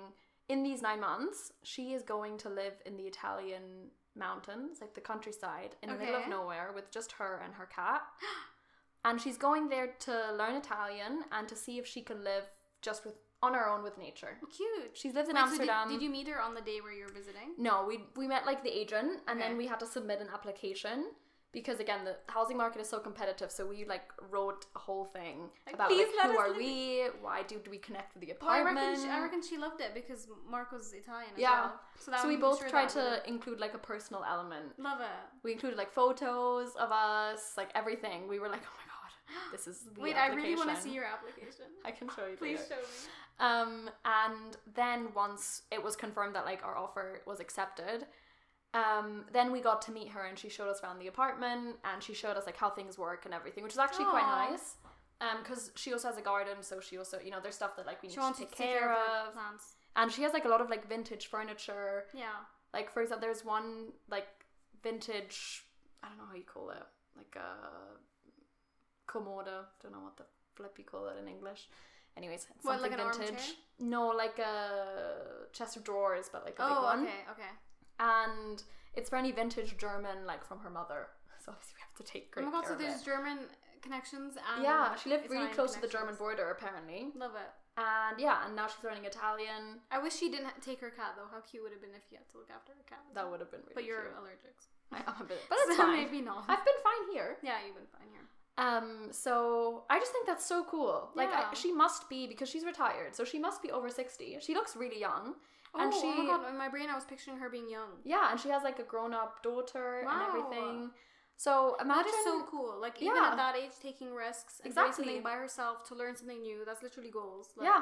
Speaker 1: in these nine months. She is going to live in the Italian mountains, like the countryside, in the middle of
Speaker 2: Okay.
Speaker 1: nowhere, with just her and her cat. And she's going there to learn Italian and to see if she can live just with on her own with nature.
Speaker 2: Cute.
Speaker 1: She lives in
Speaker 2: Wait, so did-
Speaker 1: Amsterdam.
Speaker 2: did, you meet her on the day where you were visiting?
Speaker 1: No, we we met like the agent, and then
Speaker 2: Okay.
Speaker 1: we had to submit an application because again the housing market is so competitive. So we like wrote a whole thing
Speaker 2: Like,
Speaker 1: about like,
Speaker 2: please let
Speaker 1: who
Speaker 2: us
Speaker 1: are
Speaker 2: live-
Speaker 1: we, why do, do we connect with the
Speaker 2: Well, Oh, I
Speaker 1: apartment?
Speaker 2: reckon she, I reckon she loved it because Marco's Italian. As
Speaker 1: Yeah.
Speaker 2: Well. So that
Speaker 1: so we
Speaker 2: I'm
Speaker 1: both
Speaker 2: sure
Speaker 1: tried
Speaker 2: that
Speaker 1: to
Speaker 2: would've-
Speaker 1: include like a personal element.
Speaker 2: love it.
Speaker 1: We included like photos of us, like everything. We were like, oh my god, this is the
Speaker 2: Wait, I really want to
Speaker 1: application."
Speaker 2: see your application.
Speaker 1: I can show you.
Speaker 2: Please
Speaker 1: later.
Speaker 2: show me.
Speaker 1: Um, and then once it was confirmed that like our offer was accepted, um, then we got to meet her and she showed us around the apartment and she showed us like how things work and everything, which is actually quite
Speaker 2: Aw.
Speaker 1: nice. Um, because she also has a garden, so she also you know there's stuff that like we need
Speaker 2: She wants
Speaker 1: to take care
Speaker 2: her
Speaker 1: of,
Speaker 2: plants.
Speaker 1: and she has like a lot of like vintage furniture.
Speaker 2: Yeah.
Speaker 1: Like for example, there's one like vintage, I don't know how you call it, like a commoda. Don't know what the flip you call it in English. Anyways, it's
Speaker 2: What,
Speaker 1: something
Speaker 2: like an
Speaker 1: vintage.
Speaker 2: armchair?
Speaker 1: No, like a chest of drawers, but like a big
Speaker 2: Oh,
Speaker 1: one.
Speaker 2: okay, okay.
Speaker 1: And it's for any vintage German, like from her mother. So obviously we have to take great
Speaker 2: oh my god,
Speaker 1: care
Speaker 2: so
Speaker 1: of
Speaker 2: there's
Speaker 1: it.
Speaker 2: German connections and
Speaker 1: yeah, she lived
Speaker 2: Italian
Speaker 1: really close to the German
Speaker 2: connections.
Speaker 1: border apparently,
Speaker 2: Love it.
Speaker 1: and yeah, and now she's learning Italian.
Speaker 2: I wish she didn't ha- take her cat though. How cute would it have been if you had to look after her cat?
Speaker 1: That would have been really.
Speaker 2: But you're
Speaker 1: cute.
Speaker 2: allergic.
Speaker 1: I am a bit, but it's
Speaker 2: so
Speaker 1: fine.
Speaker 2: maybe not.
Speaker 1: I've been fine here.
Speaker 2: yeah, you've been fine here.
Speaker 1: Um, so I just think that's so cool. Like,
Speaker 2: Yeah.
Speaker 1: I, she must be because she's retired, so she must be over sixty. She looks really young,
Speaker 2: Oh,
Speaker 1: and she,
Speaker 2: oh my god, in my brain I was picturing her being young.
Speaker 1: yeah, and she has like a grown-up daughter
Speaker 2: Wow.
Speaker 1: and everything. So imagine,
Speaker 2: That is so cool. Like even
Speaker 1: Yeah.
Speaker 2: at that age, taking risks and
Speaker 1: Exactly.
Speaker 2: doing something by herself to learn something new. That's literally goals. Like,
Speaker 1: yeah,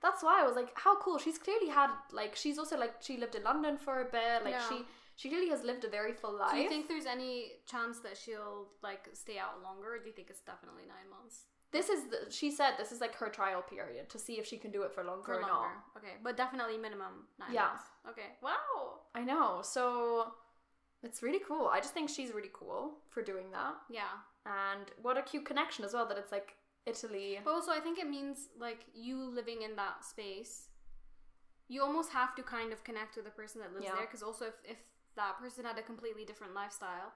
Speaker 1: that's why I was like, how cool. She's clearly had like she's also like she lived in London for a bit. Like
Speaker 2: Yeah.
Speaker 1: she she clearly has lived a very full life.
Speaker 2: Do you think there's any chance that she'll like stay out longer? Or do you think it's definitely nine months?
Speaker 1: this is the, she said this is like her trial period to see if she can do it for longer
Speaker 2: For
Speaker 1: or
Speaker 2: longer.
Speaker 1: not.
Speaker 2: Okay, but definitely minimum nine
Speaker 1: Yeah.
Speaker 2: months. Okay. Wow.
Speaker 1: I know. So it's really cool. I just think she's really cool for doing that.
Speaker 2: Yeah.
Speaker 1: And what a cute connection as well that it's like Italy.
Speaker 2: But also, I think it means like you living in that space, you almost have to kind of connect with the person that lives
Speaker 1: Yeah.
Speaker 2: there. Because also, if, if that person had a completely different lifestyle,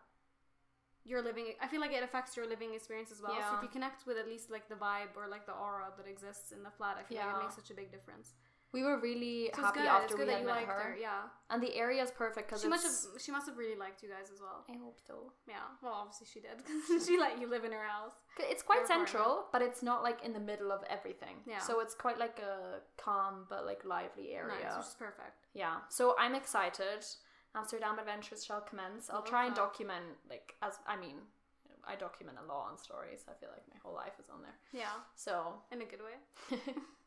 Speaker 2: your living, I feel like it affects your living experience as well. So
Speaker 1: Yeah.
Speaker 2: if you connect with at least like the vibe or like the aura that exists in the flat, I feel
Speaker 1: Yeah.
Speaker 2: like it makes such a big difference.
Speaker 1: We were really
Speaker 2: So it's
Speaker 1: happy
Speaker 2: good.
Speaker 1: after
Speaker 2: it's good
Speaker 1: we
Speaker 2: that
Speaker 1: had
Speaker 2: you
Speaker 1: met
Speaker 2: liked
Speaker 1: her.
Speaker 2: her. Yeah,
Speaker 1: And the area is perfect because
Speaker 2: she must have. She must have really liked you guys as well.
Speaker 1: I hope so.
Speaker 2: Yeah. Well, obviously she did because she let you live in her house.
Speaker 1: 'Cause It's quite
Speaker 2: Your apartment.
Speaker 1: central, but it's not like in the middle of everything.
Speaker 2: Yeah.
Speaker 1: So it's quite like a calm but like lively area.
Speaker 2: Nice, which is perfect.
Speaker 1: Yeah. So I'm excited. Amsterdam adventures shall commence. I'll
Speaker 2: Love
Speaker 1: try and
Speaker 2: that.
Speaker 1: document like as I mean, I document a lot on stories. I feel like my whole life is on there.
Speaker 2: Yeah,
Speaker 1: So
Speaker 2: in a good way.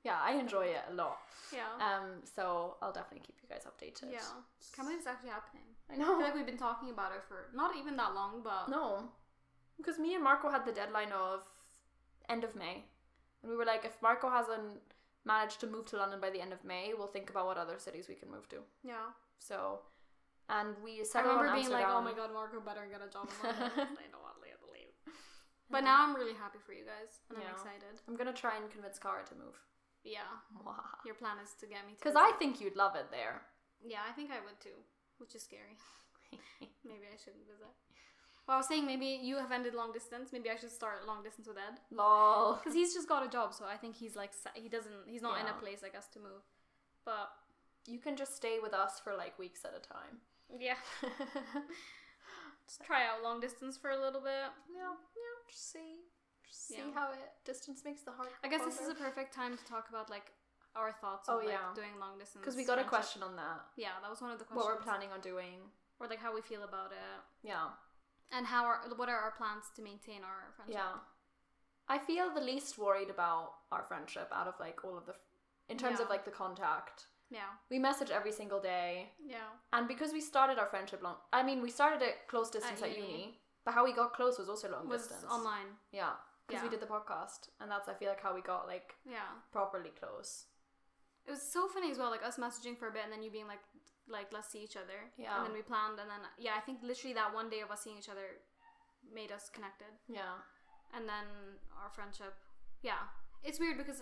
Speaker 1: yeah, I enjoy it a lot.
Speaker 2: Yeah.
Speaker 1: Um, so I'll definitely keep you guys updated.
Speaker 2: Yeah. Can't believe it's actually happening.
Speaker 1: I
Speaker 2: I feel
Speaker 1: know.
Speaker 2: like we've been talking about it for not even that long, but
Speaker 1: Oh. No, because me and Marco had the deadline of end of May, and we were like, if Marco hasn't managed to move to London by the end of May, we'll think about what other cities we can move to.
Speaker 2: yeah.
Speaker 1: So, and we
Speaker 2: I
Speaker 1: settled on
Speaker 2: remember being like, "Oh my
Speaker 1: Amsterdam.
Speaker 2: god, Marco better get a job." in London." I don't want Leah to leave. But now I'm really happy for you guys, and
Speaker 1: Yeah.
Speaker 2: I'm excited.
Speaker 1: I'm gonna try and convince Cara to move.
Speaker 2: Yeah, your plan is to get me to.
Speaker 1: Because I
Speaker 2: visit.
Speaker 1: think you'd love it there.
Speaker 2: yeah, I think I would too, which is scary. maybe I shouldn't visit. Well, I was saying maybe you have ended long distance. Maybe I should start long distance with Ed
Speaker 1: Lol.
Speaker 2: because he's just got a job, so I think he's like set- he doesn't he's not in
Speaker 1: Yeah.
Speaker 2: a place I guess to move. But
Speaker 1: You can just stay with us for like weeks at a time.
Speaker 2: yeah, just try out long distance for a little bit.
Speaker 1: Yeah, yeah. Just see, just see
Speaker 2: Yeah.
Speaker 1: how it distance makes the heart.
Speaker 2: I guess this is a
Speaker 1: fonder.
Speaker 2: perfect time to talk about like our thoughts
Speaker 1: Oh,
Speaker 2: on like
Speaker 1: yeah.
Speaker 2: doing long distance.
Speaker 1: Because we got a
Speaker 2: friendship.
Speaker 1: question on that.
Speaker 2: Yeah, that was one of the questions.
Speaker 1: What we're planning on doing.
Speaker 2: or like how we feel about it,
Speaker 1: Yeah.
Speaker 2: and how are what are our plans to maintain our friendship?
Speaker 1: Yeah. I feel the least worried about our friendship out of like all of the, in terms of
Speaker 2: Yeah.
Speaker 1: like the contact.
Speaker 2: yeah,
Speaker 1: We message every single day.
Speaker 2: yeah.
Speaker 1: And because we started our friendship long, I mean, we started at close distance at,
Speaker 2: At
Speaker 1: uni.
Speaker 2: uni.
Speaker 1: but how we got close was also long
Speaker 2: Was
Speaker 1: distance.
Speaker 2: online.
Speaker 1: Yeah, because we
Speaker 2: Yeah.
Speaker 1: did the podcast, and that's I feel like how we got like
Speaker 2: Yeah,
Speaker 1: properly close.
Speaker 2: it was so funny as well. Like us messaging for a bit, and then you being like, like let's see each other.
Speaker 1: Yeah.
Speaker 2: and then we planned, and then yeah, I think literally that one day of us seeing each other made us connected.
Speaker 1: Yeah,
Speaker 2: and then our friendship. Yeah, it's weird because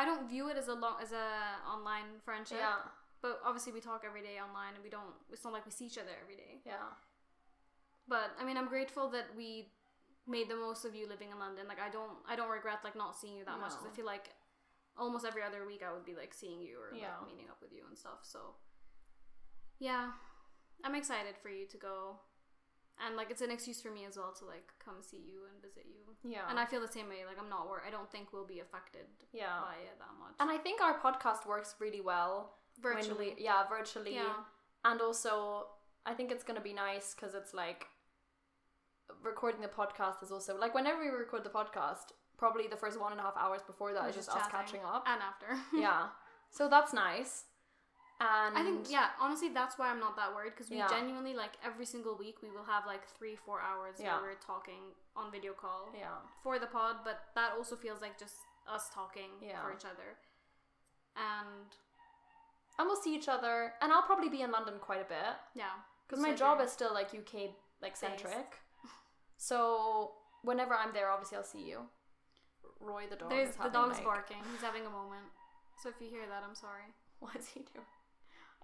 Speaker 2: I don't view it as a long as a online friendship.
Speaker 1: yeah,
Speaker 2: But obviously, we talk every day online, and we don't. It's not like we see each other every day.
Speaker 1: yeah,
Speaker 2: But I mean, I'm grateful that we made the most of you living in London. Like, I don't, I don't regret like not seeing you that much 'cause much
Speaker 1: No.
Speaker 2: because I feel like almost every other week I would be like seeing you or
Speaker 1: Yeah.
Speaker 2: like, meeting up with you and stuff. So, yeah, I'm excited for you to go, and like it's an excuse for me as well to like come see you and visit you.
Speaker 1: yeah.
Speaker 2: And I feel the same way. Like I'm not worried. I don't think we'll be affected
Speaker 1: yeah.
Speaker 2: by it that much.
Speaker 1: And I think our podcast works really well when we-
Speaker 2: virtually,
Speaker 1: yeah, virtually.
Speaker 2: yeah,
Speaker 1: And also, I think it's gonna be nice because it's like recording the podcast is also like whenever we record the podcast, probably the first one and a half hours before that
Speaker 2: We're
Speaker 1: is just, us
Speaker 2: chatting. Uh,
Speaker 1: catching up.
Speaker 2: and after.
Speaker 1: yeah. So that's nice. And
Speaker 2: I think yeah. Honestly, that's why I'm not that worried because we
Speaker 1: Yeah.
Speaker 2: genuinely like every single week we will have like three, four hours
Speaker 1: Yeah.
Speaker 2: where we're talking on video call
Speaker 1: yeah,
Speaker 2: for the pod, but that also feels like just us talking
Speaker 1: Yeah.
Speaker 2: for each other. And
Speaker 1: and we'll see each other. And I'll probably be in London quite a bit
Speaker 2: yeah,
Speaker 1: because my
Speaker 2: So
Speaker 1: job
Speaker 2: you're-
Speaker 1: is still like UK like centric. So whenever I'm there, obviously I'll see you. Roy the dog.
Speaker 2: there's
Speaker 1: is
Speaker 2: the
Speaker 1: having,
Speaker 2: dog's
Speaker 1: like-
Speaker 2: barking. He's having a moment. So if you hear that, I'm sorry.
Speaker 1: What is he doing?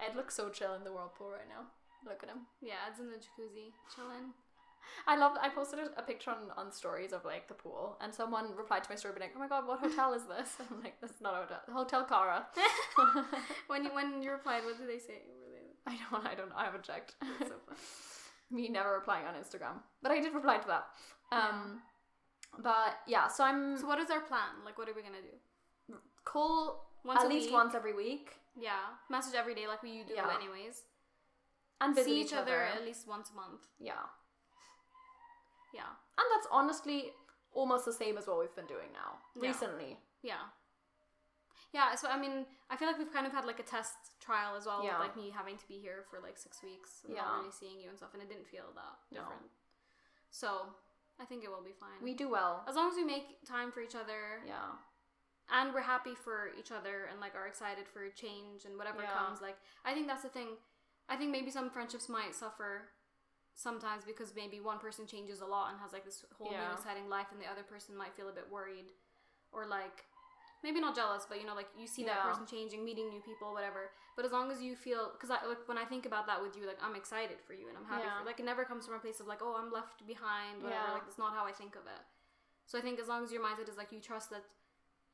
Speaker 1: Ed looks so chill in the whirlpool right now. Look at him.
Speaker 2: Yeah, it's in the jacuzzi, chilling.
Speaker 1: I love. I posted a, a picture on, on stories of like the pool, and someone replied to my story, being like, "Oh my god, what hotel is this?" I'm like, "This is not a hotel. Hotel Cara."
Speaker 2: when you when you replied, what did they say? Were they
Speaker 1: I don't. I don't. I haven't checked.
Speaker 2: That's so funny.
Speaker 1: Me never replying on Instagram, but I did reply to that. Um, but yeah, so I'm
Speaker 2: So what is our plan? Like, what are we gonna do?
Speaker 1: call
Speaker 2: Once
Speaker 1: at
Speaker 2: a
Speaker 1: least
Speaker 2: week?
Speaker 1: once every week
Speaker 2: Yeah, message every day like we you do
Speaker 1: Yeah.
Speaker 2: anyways.
Speaker 1: and visit
Speaker 2: See each other at least once a month.
Speaker 1: Yeah, and
Speaker 2: Yeah,
Speaker 1: that's honestly almost the same as what we've been doing now
Speaker 2: Yeah.
Speaker 1: recently.
Speaker 2: yeah, yeah. So I mean, I feel like we've kind of had like a test trial as well,
Speaker 1: Yeah.
Speaker 2: with, like me having to be here for like six weeks, and
Speaker 1: Yeah.
Speaker 2: not really seeing you and stuff, and it didn't feel that
Speaker 1: No.
Speaker 2: different. So I think it will be fine.
Speaker 1: We do well.
Speaker 2: as long as we make time for each other,
Speaker 1: Yeah,
Speaker 2: and we're happy for each other and like are excited for change and whatever
Speaker 1: Yeah.
Speaker 2: comes like i think that's the thing i think maybe some friendships might suffer sometimes because maybe one person changes a lot and has like this whole
Speaker 1: Yeah.
Speaker 2: new exciting life and the other person might feel a bit worried or like maybe not jealous but you know like you see that
Speaker 1: Yeah.
Speaker 2: person changing meeting new people whatever but as long as you feel because i like when i think about that with you like i'm excited for you and i'm happy
Speaker 1: Yeah.
Speaker 2: for like it never comes from a place of like oh i'm left behind whatever
Speaker 1: Yeah.
Speaker 2: like that's not how i think of it so i think as long as your mindset is like you trust that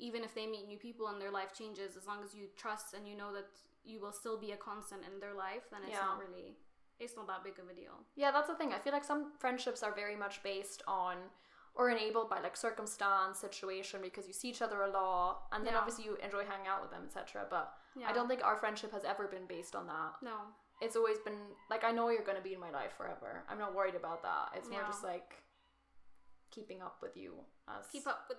Speaker 2: even if they meet new people and their life changes, as long as you trust and you know that you will still be a constant in their life, then it's
Speaker 1: Yeah.
Speaker 2: not really, it's not that big of a deal.
Speaker 1: yeah, that's the thing. I feel like some friendships are very much based on or enabled by like circumstance, situation, because you see each other a lot, and then
Speaker 2: Yeah.
Speaker 1: obviously you enjoy hanging out with them, etc. But
Speaker 2: Yeah.
Speaker 1: I don't think our friendship has ever been based on that.
Speaker 2: No.
Speaker 1: it's always been like I know you're gonna be in my life forever. I'm not worried about that. It's more
Speaker 2: Yeah.
Speaker 1: just like keeping up with you as
Speaker 2: Keep up with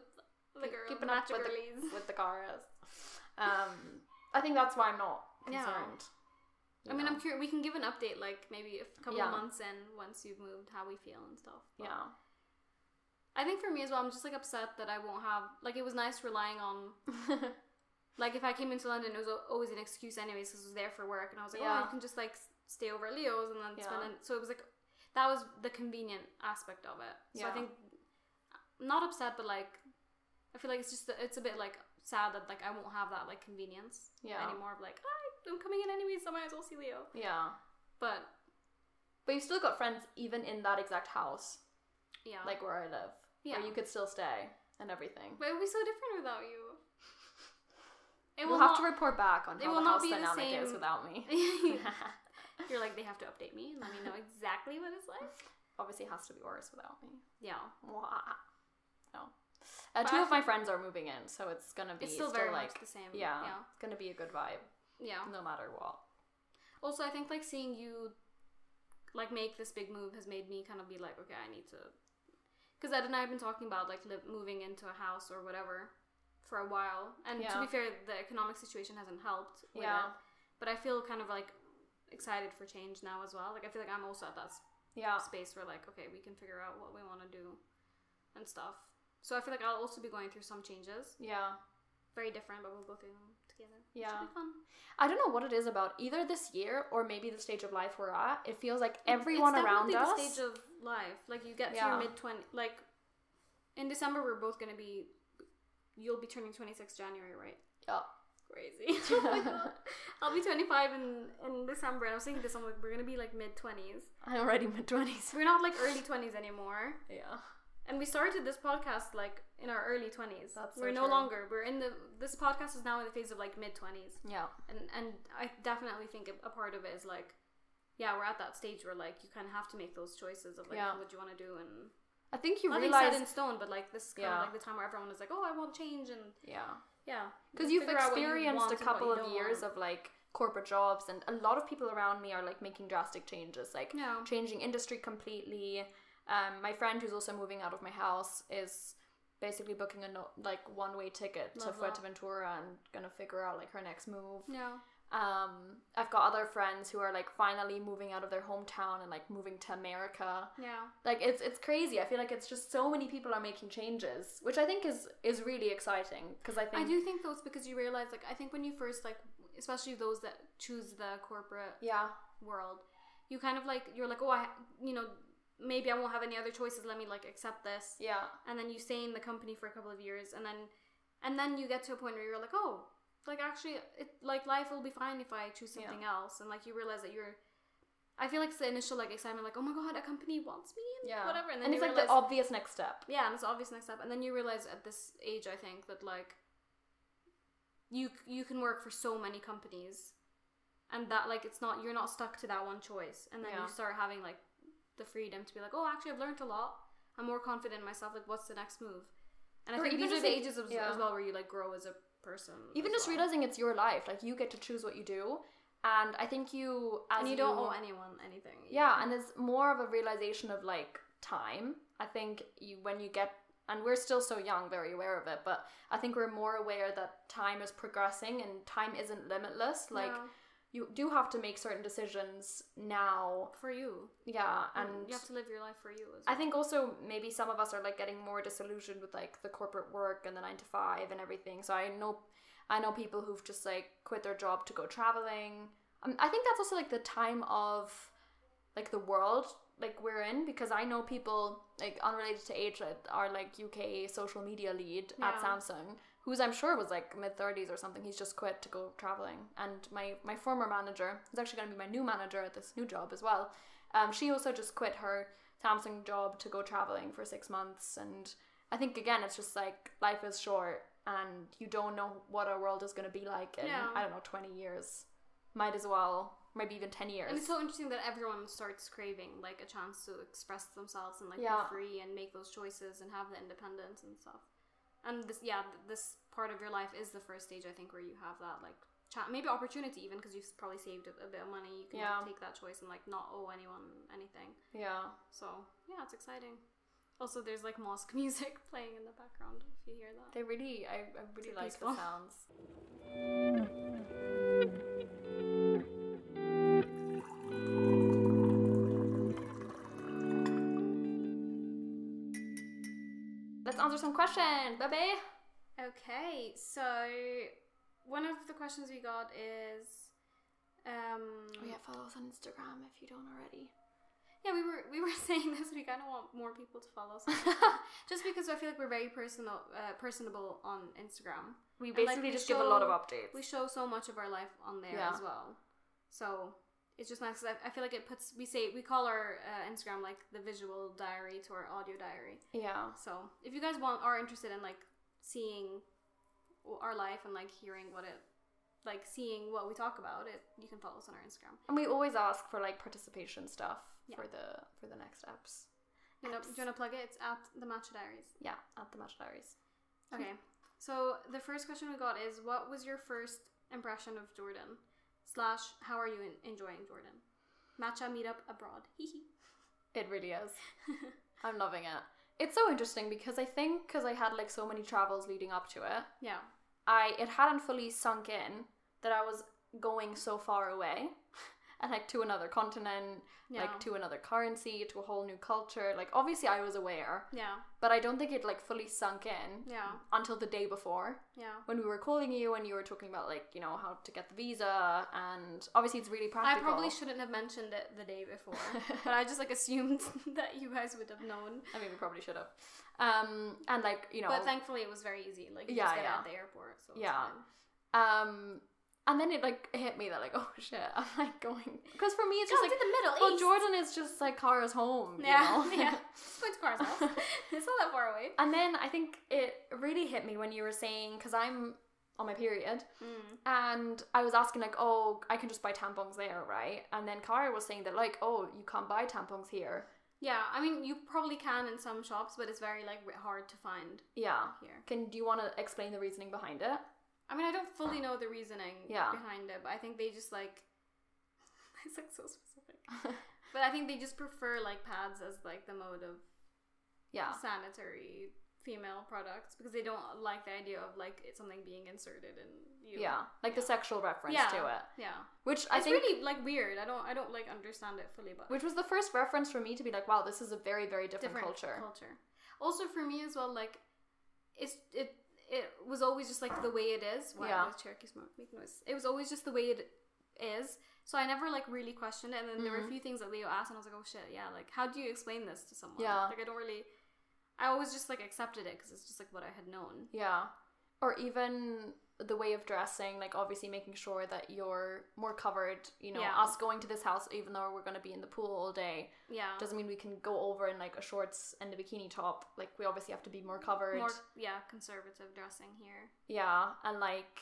Speaker 2: the
Speaker 1: keep-
Speaker 2: girl,
Speaker 1: keeping up
Speaker 2: matcha
Speaker 1: with
Speaker 2: girlies.
Speaker 1: the, with the Garas. Um, I think that's why I'm not
Speaker 2: Yeah.
Speaker 1: concerned.
Speaker 2: I mean,
Speaker 1: Yeah.
Speaker 2: I'm curious. We can give an update, like maybe a couple
Speaker 1: Yeah.
Speaker 2: of months in, once you've moved, how we feel and stuff. But
Speaker 1: yeah,
Speaker 2: I think for me as well, I'm just like upset that I won't have like it was nice relying on. Like if I came into London, it was al- always an excuse anyways because I was there for work, and I was like,
Speaker 1: Yeah.
Speaker 2: oh, I can just like s- stay over at Leo's and then
Speaker 1: Yeah.
Speaker 2: spend. An-. So it was like that was the convenient aspect of it. So
Speaker 1: Yeah.
Speaker 2: I think I'm not upset, but like I feel like it's just it's a bit like sad that like I won't have that like convenience
Speaker 1: Yeah.
Speaker 2: anymore. Of like "Ah, I'm coming in anyways, so I might as well see Leo.
Speaker 1: yeah.
Speaker 2: But
Speaker 1: But you've still got friends even in that exact house,
Speaker 2: yeah,
Speaker 1: like where I live.
Speaker 2: Yeah.
Speaker 1: Where you could still stay and everything.
Speaker 2: but it would be so different without you. It
Speaker 1: You'll have
Speaker 2: not-
Speaker 1: to report back on
Speaker 2: it
Speaker 1: how
Speaker 2: will
Speaker 1: the
Speaker 2: not
Speaker 1: house
Speaker 2: be the
Speaker 1: dynamic is
Speaker 2: same-
Speaker 1: without me.
Speaker 2: You're like they have to update me and let me know exactly what it's like.
Speaker 1: Obviously, it has to be worse without me.
Speaker 2: Yeah.
Speaker 1: Mwah. No. Uh,
Speaker 2: But
Speaker 1: two
Speaker 2: I
Speaker 1: of my friends are moving in, so it's gonna be
Speaker 2: It's still very much
Speaker 1: like
Speaker 2: the same,
Speaker 1: Yeah,
Speaker 2: yeah.
Speaker 1: it's gonna be a good vibe
Speaker 2: Yeah.
Speaker 1: no matter what.
Speaker 2: Also, I think like seeing you like make this big move has made me kind of be like, okay, I need to, because Ed and I have been talking about like li- moving into a house or whatever for a while. And to
Speaker 1: Yeah.
Speaker 2: be fair, the economic situation hasn't helped. With
Speaker 1: Yeah.
Speaker 2: it. But I feel kind of like excited for change now as well. Like I feel like I'm also at that s-
Speaker 1: Yeah,
Speaker 2: space where like, okay, we can figure out what we want to do and stuff. So I feel like I'll also be going through some changes,
Speaker 1: yeah.
Speaker 2: very different, but we'll go through them together. It
Speaker 1: Yeah.
Speaker 2: should be fun.
Speaker 1: I don't know what it is about either this year or maybe the stage of life we're at. It feels like
Speaker 2: It-
Speaker 1: everyone
Speaker 2: it's
Speaker 1: around
Speaker 2: definitely
Speaker 1: us.
Speaker 2: the stage of life like you get to
Speaker 1: Yeah.
Speaker 2: your mid 20 like in december we're both going to be you'll be turning 26 january right
Speaker 1: Yeah.
Speaker 2: crazy oh my god i'll be 25 in in december and i was thinking this i'm like we're going to be like mid 20s
Speaker 1: I'm already mid twenties.
Speaker 2: we're not like early 20s anymore
Speaker 1: Yeah.
Speaker 2: and we started this podcast like in our early 20s
Speaker 1: That's so
Speaker 2: we're no
Speaker 1: true.
Speaker 2: longer we're in the this podcast is now in the phase of like mid 20s
Speaker 1: Yeah.
Speaker 2: and and I definitely think a- a part of it is like, yeah, we're at that stage where like you kind of have to make those choices of like
Speaker 1: Yeah.
Speaker 2: what you want to do and
Speaker 1: I think you
Speaker 2: nothing
Speaker 1: realize.
Speaker 2: set in stone, but like this is kind of
Speaker 1: Yeah.
Speaker 2: like the time where everyone is like, oh, I want change and
Speaker 1: yeah.
Speaker 2: yeah,
Speaker 1: because
Speaker 2: you
Speaker 1: you've
Speaker 2: figure out what you
Speaker 1: experienced
Speaker 2: want
Speaker 1: a
Speaker 2: and what
Speaker 1: couple
Speaker 2: you
Speaker 1: of
Speaker 2: don't
Speaker 1: years
Speaker 2: want.
Speaker 1: of like corporate jobs and a lot of people around me are like making drastic changes like
Speaker 2: Yeah.
Speaker 1: changing industry completely um, my friend who's also moving out of my house is basically booking a no- like one way ticket
Speaker 2: Love
Speaker 1: to
Speaker 2: that.
Speaker 1: Fuerteventura and gonna figure out like her next move
Speaker 2: Uh-huh. yeah,
Speaker 1: um, I've got other friends who are like finally moving out of their hometown and like moving to America
Speaker 2: yeah,
Speaker 1: like it's it's crazy I feel like it's just so many people are making changes which I think is is really exciting because I think
Speaker 2: I do think though it's because you realize like I think when you first like, especially those that choose the corporate
Speaker 1: yeah
Speaker 2: world, you kind of like you're like, oh, I you know maybe I won't have any other choices. Let me like accept this.
Speaker 1: yeah
Speaker 2: and then you stay in the company for a couple of years and then and then you get to a point where you're like oh like actually it like life will be fine if i choose
Speaker 1: Yeah.
Speaker 2: something else and like you realize that you're i feel like it's the initial like excitement like oh my god a company wants me and
Speaker 1: yeah
Speaker 2: whatever and then
Speaker 1: and, it's
Speaker 2: you
Speaker 1: like the
Speaker 2: realize,
Speaker 1: obvious next step
Speaker 2: yeah and it's obvious next step and then you realize at this age i think that like you c- you can work for so many companies and that like it's not you're not stuck to that one choice and then you
Speaker 1: Yeah.
Speaker 2: start having like the freedom to be like oh actually i've learned a lot i'm more confident in myself like what's the next move and i
Speaker 1: Or
Speaker 2: think these
Speaker 1: even
Speaker 2: are
Speaker 1: just,
Speaker 2: the
Speaker 1: like-
Speaker 2: ages as,
Speaker 1: yeah.
Speaker 2: as well where you like grow as a person
Speaker 1: even
Speaker 2: as
Speaker 1: just
Speaker 2: well.
Speaker 1: realizing it's your life like you get to choose what you do and i think you as
Speaker 2: and you don't owe anyone anything
Speaker 1: yeah
Speaker 2: either.
Speaker 1: and it's more of a realization of like time i think you when you get and we're still so young very aware of it but i think we're more aware that time is progressing and time isn't limitless like
Speaker 2: Yeah.
Speaker 1: you do have to make certain decisions now
Speaker 2: for you
Speaker 1: yeah and
Speaker 2: and you have to live your life for you as well.
Speaker 1: I think also maybe some of us are like getting more disillusioned with like the corporate work and the nine to five and everything. So I know, I know people who've just like quit their job to go traveling. Um, I think that's also like the time of like the world like we're in because I know people like unrelated to age that are like UK social media lead at
Speaker 2: Yeah.
Speaker 1: Samsung who's I'm sure was like mid 30s or something he's just quit to go traveling and my my former manager who's actually going to be my new manager at this new job as well um she also just quit her Samsung job to go traveling for 6 months and I think again it's just like life is short and you don't know what our world is going to be like in
Speaker 2: Yeah.
Speaker 1: I don't know 20 years might as well maybe even 10 years
Speaker 2: And it's so interesting that everyone starts craving like a chance to express themselves and like
Speaker 1: Yeah.
Speaker 2: be free and make those choices and have the independence and stuff. And this, yeah, th- this part of your life is the first stage I think where you have that like cha- maybe opportunity even because you've s- probably saved a, a bit of money. You can
Speaker 1: Yeah.
Speaker 2: like, take that choice and like not owe anyone anything.
Speaker 1: yeah
Speaker 2: So yeah, it's exciting. Also, there's like mosque music playing in the background if you hear that.
Speaker 1: They really, I, I really
Speaker 2: It's
Speaker 1: like
Speaker 2: peaceful.
Speaker 1: the sounds. Let's answer some questions, baby.
Speaker 2: Okay, so one of the questions we got is. Um,
Speaker 1: Oh follow us on Instagram if you don't already.
Speaker 2: Yeah, we were we were saying this. We kind of want more people to follow us, on Instagram. just because I feel like we're very personal, uh, personable on Instagram.
Speaker 1: We
Speaker 2: And, like,
Speaker 1: basically
Speaker 2: we
Speaker 1: just give a lot of
Speaker 2: show-
Speaker 1: updates.
Speaker 2: We show so much of our life on there
Speaker 1: Yeah.
Speaker 2: as well, so it's just nice. 'cause I, I feel like it puts we say we call our uh, Instagram like the visual diary to our audio diary.
Speaker 1: yeah,
Speaker 2: So if you guys want are interested in like seeing w- our life and like hearing what it like seeing what we talk about, it you can follow us on our Instagram.
Speaker 1: and we always ask for like participation stuff
Speaker 2: Yeah.
Speaker 1: for the for the next apps.
Speaker 2: You know, do you want to plug it? It's at the Matcha Diaries.
Speaker 1: Yeah, at the Match Diaries.
Speaker 2: Okay. So the first question we got is, what was your first impression of Jordan? Slash, how are you en- enjoying Jordan? Matcha meetup abroad. Hee hee.
Speaker 1: It really is. I'm loving it. It's so interesting because I think because I had like so many travels leading up to it,
Speaker 2: yeah.
Speaker 1: I it hadn't fully sunk in that I was going so far away and like to another continent,
Speaker 2: Yeah.
Speaker 1: like to another currency, to a whole new culture. Like obviously I was aware,
Speaker 2: Yeah.
Speaker 1: but I don't think it like fully sunk in
Speaker 2: Yeah.
Speaker 1: until the day before
Speaker 2: Yeah.
Speaker 1: when we were calling you and you were talking about like, you know, how to get the visa and obviously it's really practical.
Speaker 2: I probably shouldn't have mentioned it the day before, but I just like assumed that you guys would have known.
Speaker 1: I mean, we probably should have. Um and like, you know,
Speaker 2: But thankfully, it was very easy. Like you
Speaker 1: Yeah,
Speaker 2: just get
Speaker 1: yeah.
Speaker 2: out the airport. So it's
Speaker 1: Yeah.
Speaker 2: fine.
Speaker 1: Um, and then it like hit me that like oh shit I'm like going because for me it's just
Speaker 2: No,
Speaker 1: like
Speaker 2: it's in the Middle
Speaker 1: well
Speaker 2: East.
Speaker 1: Jordan is just like Kara's home you
Speaker 2: Yeah,
Speaker 1: know?
Speaker 2: yeah. Just went to Car's house. it's not that far away.
Speaker 1: and then I think it really hit me when you were saying because I'm on my period
Speaker 2: Mm.
Speaker 1: and I was asking like oh I can just buy tampons there right and then Kara was saying that like oh you can't buy tampons here
Speaker 2: Yeah, I mean, you probably can in some shops, but it's very like r- hard to find
Speaker 1: yeah
Speaker 2: here.
Speaker 1: can do you want to explain the reasoning behind it
Speaker 2: I mean, I don't fully know the reasoning
Speaker 1: Yeah.
Speaker 2: behind it, but I think they just like it's like so specific. but I think they just prefer like pads as like the mode of
Speaker 1: yeah
Speaker 2: sanitary female products because they don't like the idea of like it, something being inserted in you.
Speaker 1: yeah like the sexual reference
Speaker 2: yeah,
Speaker 1: to it
Speaker 2: Yeah,
Speaker 1: which I
Speaker 2: it's
Speaker 1: think
Speaker 2: really like weird. I don't, I don't like understand it fully, but
Speaker 1: Which was the first reference for me to be like, wow, this is a very, very different, culture.
Speaker 2: Also, for me as well, like it's it it was always just like the way it is. Wow,
Speaker 1: Yeah.
Speaker 2: yeah. those Cherokees mo- make noise. It was always just the way it is. So I never like really questioned it. And then there were a few
Speaker 1: Mm-hmm.
Speaker 2: things that Leo asked, and I was like, oh shit, yeah. Like, how do you explain this to someone?
Speaker 1: Yeah.
Speaker 2: Like, I don't really. I always just like accepted it because it's just like what I had known.
Speaker 1: Yeah. Or even the way of dressing, like obviously making sure that you're more covered. You know,
Speaker 2: Yeah.
Speaker 1: us going to this house, even though we're going to be in the pool all day,
Speaker 2: Yeah.
Speaker 1: doesn't mean we can go over in like a shorts and a bikini top. Like, we obviously have to be more covered.
Speaker 2: more yeah conservative dressing here.
Speaker 1: Yeah. And like,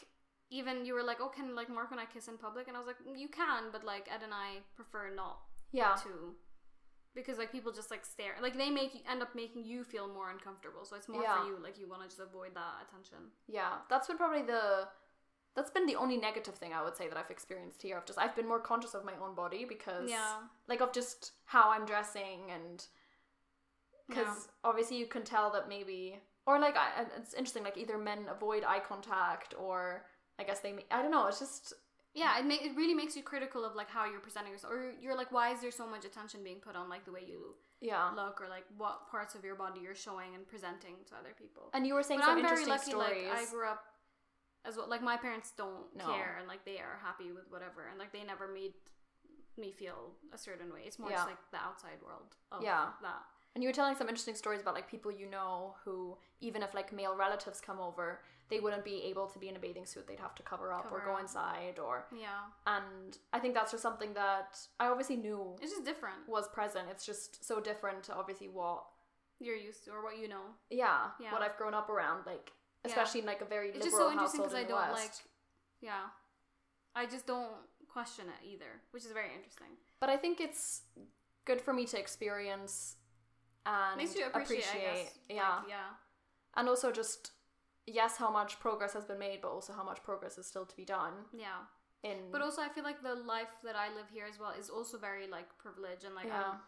Speaker 2: Even you were like, oh, can like Marco and I kiss in public? And I was like, "Mm, you can, but like Ed and I prefer not
Speaker 1: yeah.
Speaker 2: too because like people just like stare like they make you end up making you feel more uncomfortable so it's more
Speaker 1: Yeah.
Speaker 2: for you like you want to just avoid that attention
Speaker 1: Yeah. That's been probably the. That's been the only negative thing I would say that I've experienced here. Of just I've been more conscious of my own body because
Speaker 2: Yeah.
Speaker 1: like of just how I'm dressing and because
Speaker 2: Yeah.
Speaker 1: obviously you can tell that maybe or like I, and it's interesting like either men avoid eye contact or I guess they ma- I don't know it's just
Speaker 2: yeah it, ma- it really makes you critical of like how you're presenting yourself or you're like why is there so much attention being put on like the way you
Speaker 1: yeah
Speaker 2: look or like what parts of your body you're showing and presenting to other people
Speaker 1: and you were saying
Speaker 2: but
Speaker 1: some
Speaker 2: i'm very
Speaker 1: interesting
Speaker 2: lucky
Speaker 1: stories
Speaker 2: like i grew up as well like my parents don't
Speaker 1: No.
Speaker 2: care and like they are happy with whatever and like they never made me feel a certain way it's more
Speaker 1: Yeah.
Speaker 2: just like the outside world of
Speaker 1: Yeah.
Speaker 2: that
Speaker 1: and you were telling some interesting stories about like people you know who even if like male relatives come over they wouldn't be able to be in a bathing suit they'd have to cover up or
Speaker 2: Cover
Speaker 1: go
Speaker 2: up.
Speaker 1: inside or
Speaker 2: yeah
Speaker 1: and I think that's just something that I obviously knew
Speaker 2: it's just different
Speaker 1: was present it's just so different to obviously what
Speaker 2: you're used to or what you know.
Speaker 1: yeah,
Speaker 2: Yeah.
Speaker 1: what I've grown up around, like
Speaker 2: Yeah.
Speaker 1: especially in like a very
Speaker 2: It's
Speaker 1: liberal
Speaker 2: just so interesting
Speaker 1: household
Speaker 2: because
Speaker 1: in
Speaker 2: I
Speaker 1: the
Speaker 2: don't
Speaker 1: West.
Speaker 2: like, yeah, I just don't question it either, which is very interesting.
Speaker 1: But I think it's good for me to experience and
Speaker 2: Makes you appreciate, I guess,
Speaker 1: yeah,
Speaker 2: like, yeah,
Speaker 1: and also just yes, how much progress has been made, but also how much progress is still to be done
Speaker 2: yeah.
Speaker 1: in
Speaker 2: But also, I feel like the life that I live here as well is also very like privileged and like
Speaker 1: yeah,
Speaker 2: um,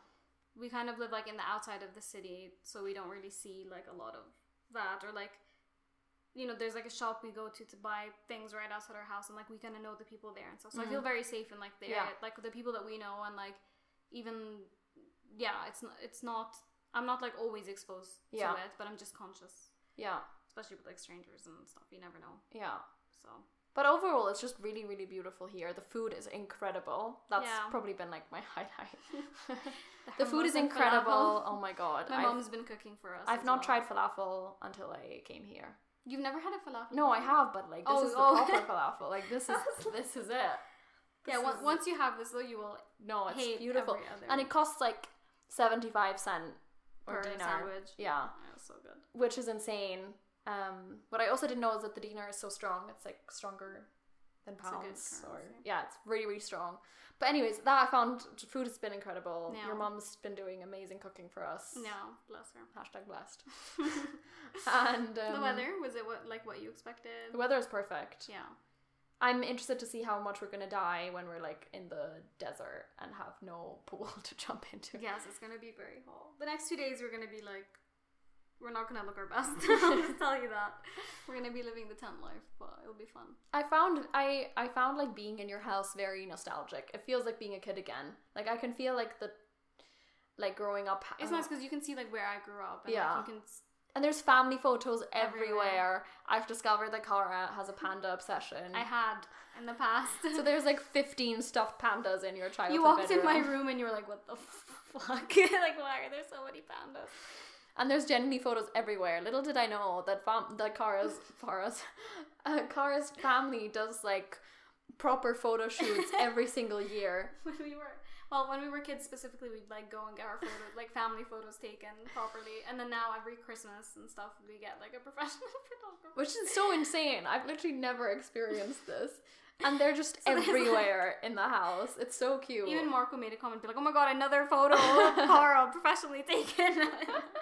Speaker 2: we kind of live like in the outside of the city, so we don't really see like a lot of that or like. You know, there's like a shop we go to to buy things right outside our house, and like we kind of know the people there and stuff. So I feel very safe in like there,
Speaker 1: Mm-hmm. Yeah.
Speaker 2: like the people that we know, and like even yeah, it's not it's not I'm not like always exposed
Speaker 1: Yeah.
Speaker 2: to it, but I'm just conscious,
Speaker 1: yeah,
Speaker 2: especially with like strangers and stuff. You never know,
Speaker 1: yeah.
Speaker 2: so
Speaker 1: But overall, it's just really, really beautiful here. The food is incredible. That's
Speaker 2: Yeah.
Speaker 1: probably been like my highlight. the food is
Speaker 2: hummus and
Speaker 1: incredible.
Speaker 2: falafel.
Speaker 1: Oh my god,
Speaker 2: my
Speaker 1: I've-
Speaker 2: mom's been cooking for us.
Speaker 1: I've
Speaker 2: as
Speaker 1: not
Speaker 2: well.
Speaker 1: tried falafel until I came here.
Speaker 2: You've never had a falafel?
Speaker 1: No, I have, but like this
Speaker 2: Oh,
Speaker 1: is the
Speaker 2: oh.
Speaker 1: proper falafel. Like this is this is it.
Speaker 2: Yeah,
Speaker 1: This
Speaker 2: on-
Speaker 1: is-
Speaker 2: once you have this though, you will
Speaker 1: No, it's
Speaker 2: Hate
Speaker 1: beautiful,
Speaker 2: every other
Speaker 1: and it costs like seventy five cent or
Speaker 2: Per
Speaker 1: dinar.
Speaker 2: sandwich.
Speaker 1: Yeah,
Speaker 2: Oh, it's so good.
Speaker 1: which is insane. Um, what I also didn't know is that the dinar is so strong. It's like stronger than
Speaker 2: a good
Speaker 1: pounds. Or
Speaker 2: currency.
Speaker 1: yeah, it's really really strong. But anyways, that I found food has been incredible.
Speaker 2: Yeah.
Speaker 1: Your mom's been doing amazing cooking for us.
Speaker 2: No, bless her.
Speaker 1: Hashtag blessed. and um,
Speaker 2: the weather was it what like what you expected?
Speaker 1: The weather is perfect.
Speaker 2: Yeah,
Speaker 1: I'm interested to see how much we're gonna die when we're like in the desert and have no pool to jump into.
Speaker 2: yes, it's gonna be very hot. The next two days we're gonna be like, we're not gonna look our best. I'll just tell you that. We're gonna be living the tent life, but it'll be fun.
Speaker 1: I found I I found like being in your house very nostalgic. It feels like being a kid again. Like I can feel like the like growing up.
Speaker 2: It's nice because you can see like where I grew up. And,
Speaker 1: Uh-huh. Yeah.
Speaker 2: Like, you can. s-
Speaker 1: and there's family photos everywhere.
Speaker 2: Everywhere.
Speaker 1: I've discovered that Cara has a panda obsession.
Speaker 2: I had in the past.
Speaker 1: so there's like 15 stuffed pandas in your childhood.
Speaker 2: you walked in
Speaker 1: bedroom.
Speaker 2: my room and you were like, "What the fuck? like, why are there so many pandas?"
Speaker 1: and there's genuinely photos everywhere. Little did I know that fam- that Cara's Cara's uh, Cara's family does like proper photo shoots every single year.
Speaker 2: when we were well when we were kids specifically we'd like go and get our photos like family photos taken properly and then now every christmas and stuff we get like a professional photographer
Speaker 1: which is so insane. I've literally never experienced this, and they're just
Speaker 2: there's, like-
Speaker 1: everywhere in the house. It's so cute.
Speaker 2: even marco made a comment be like oh my god another photo of carl professionally taken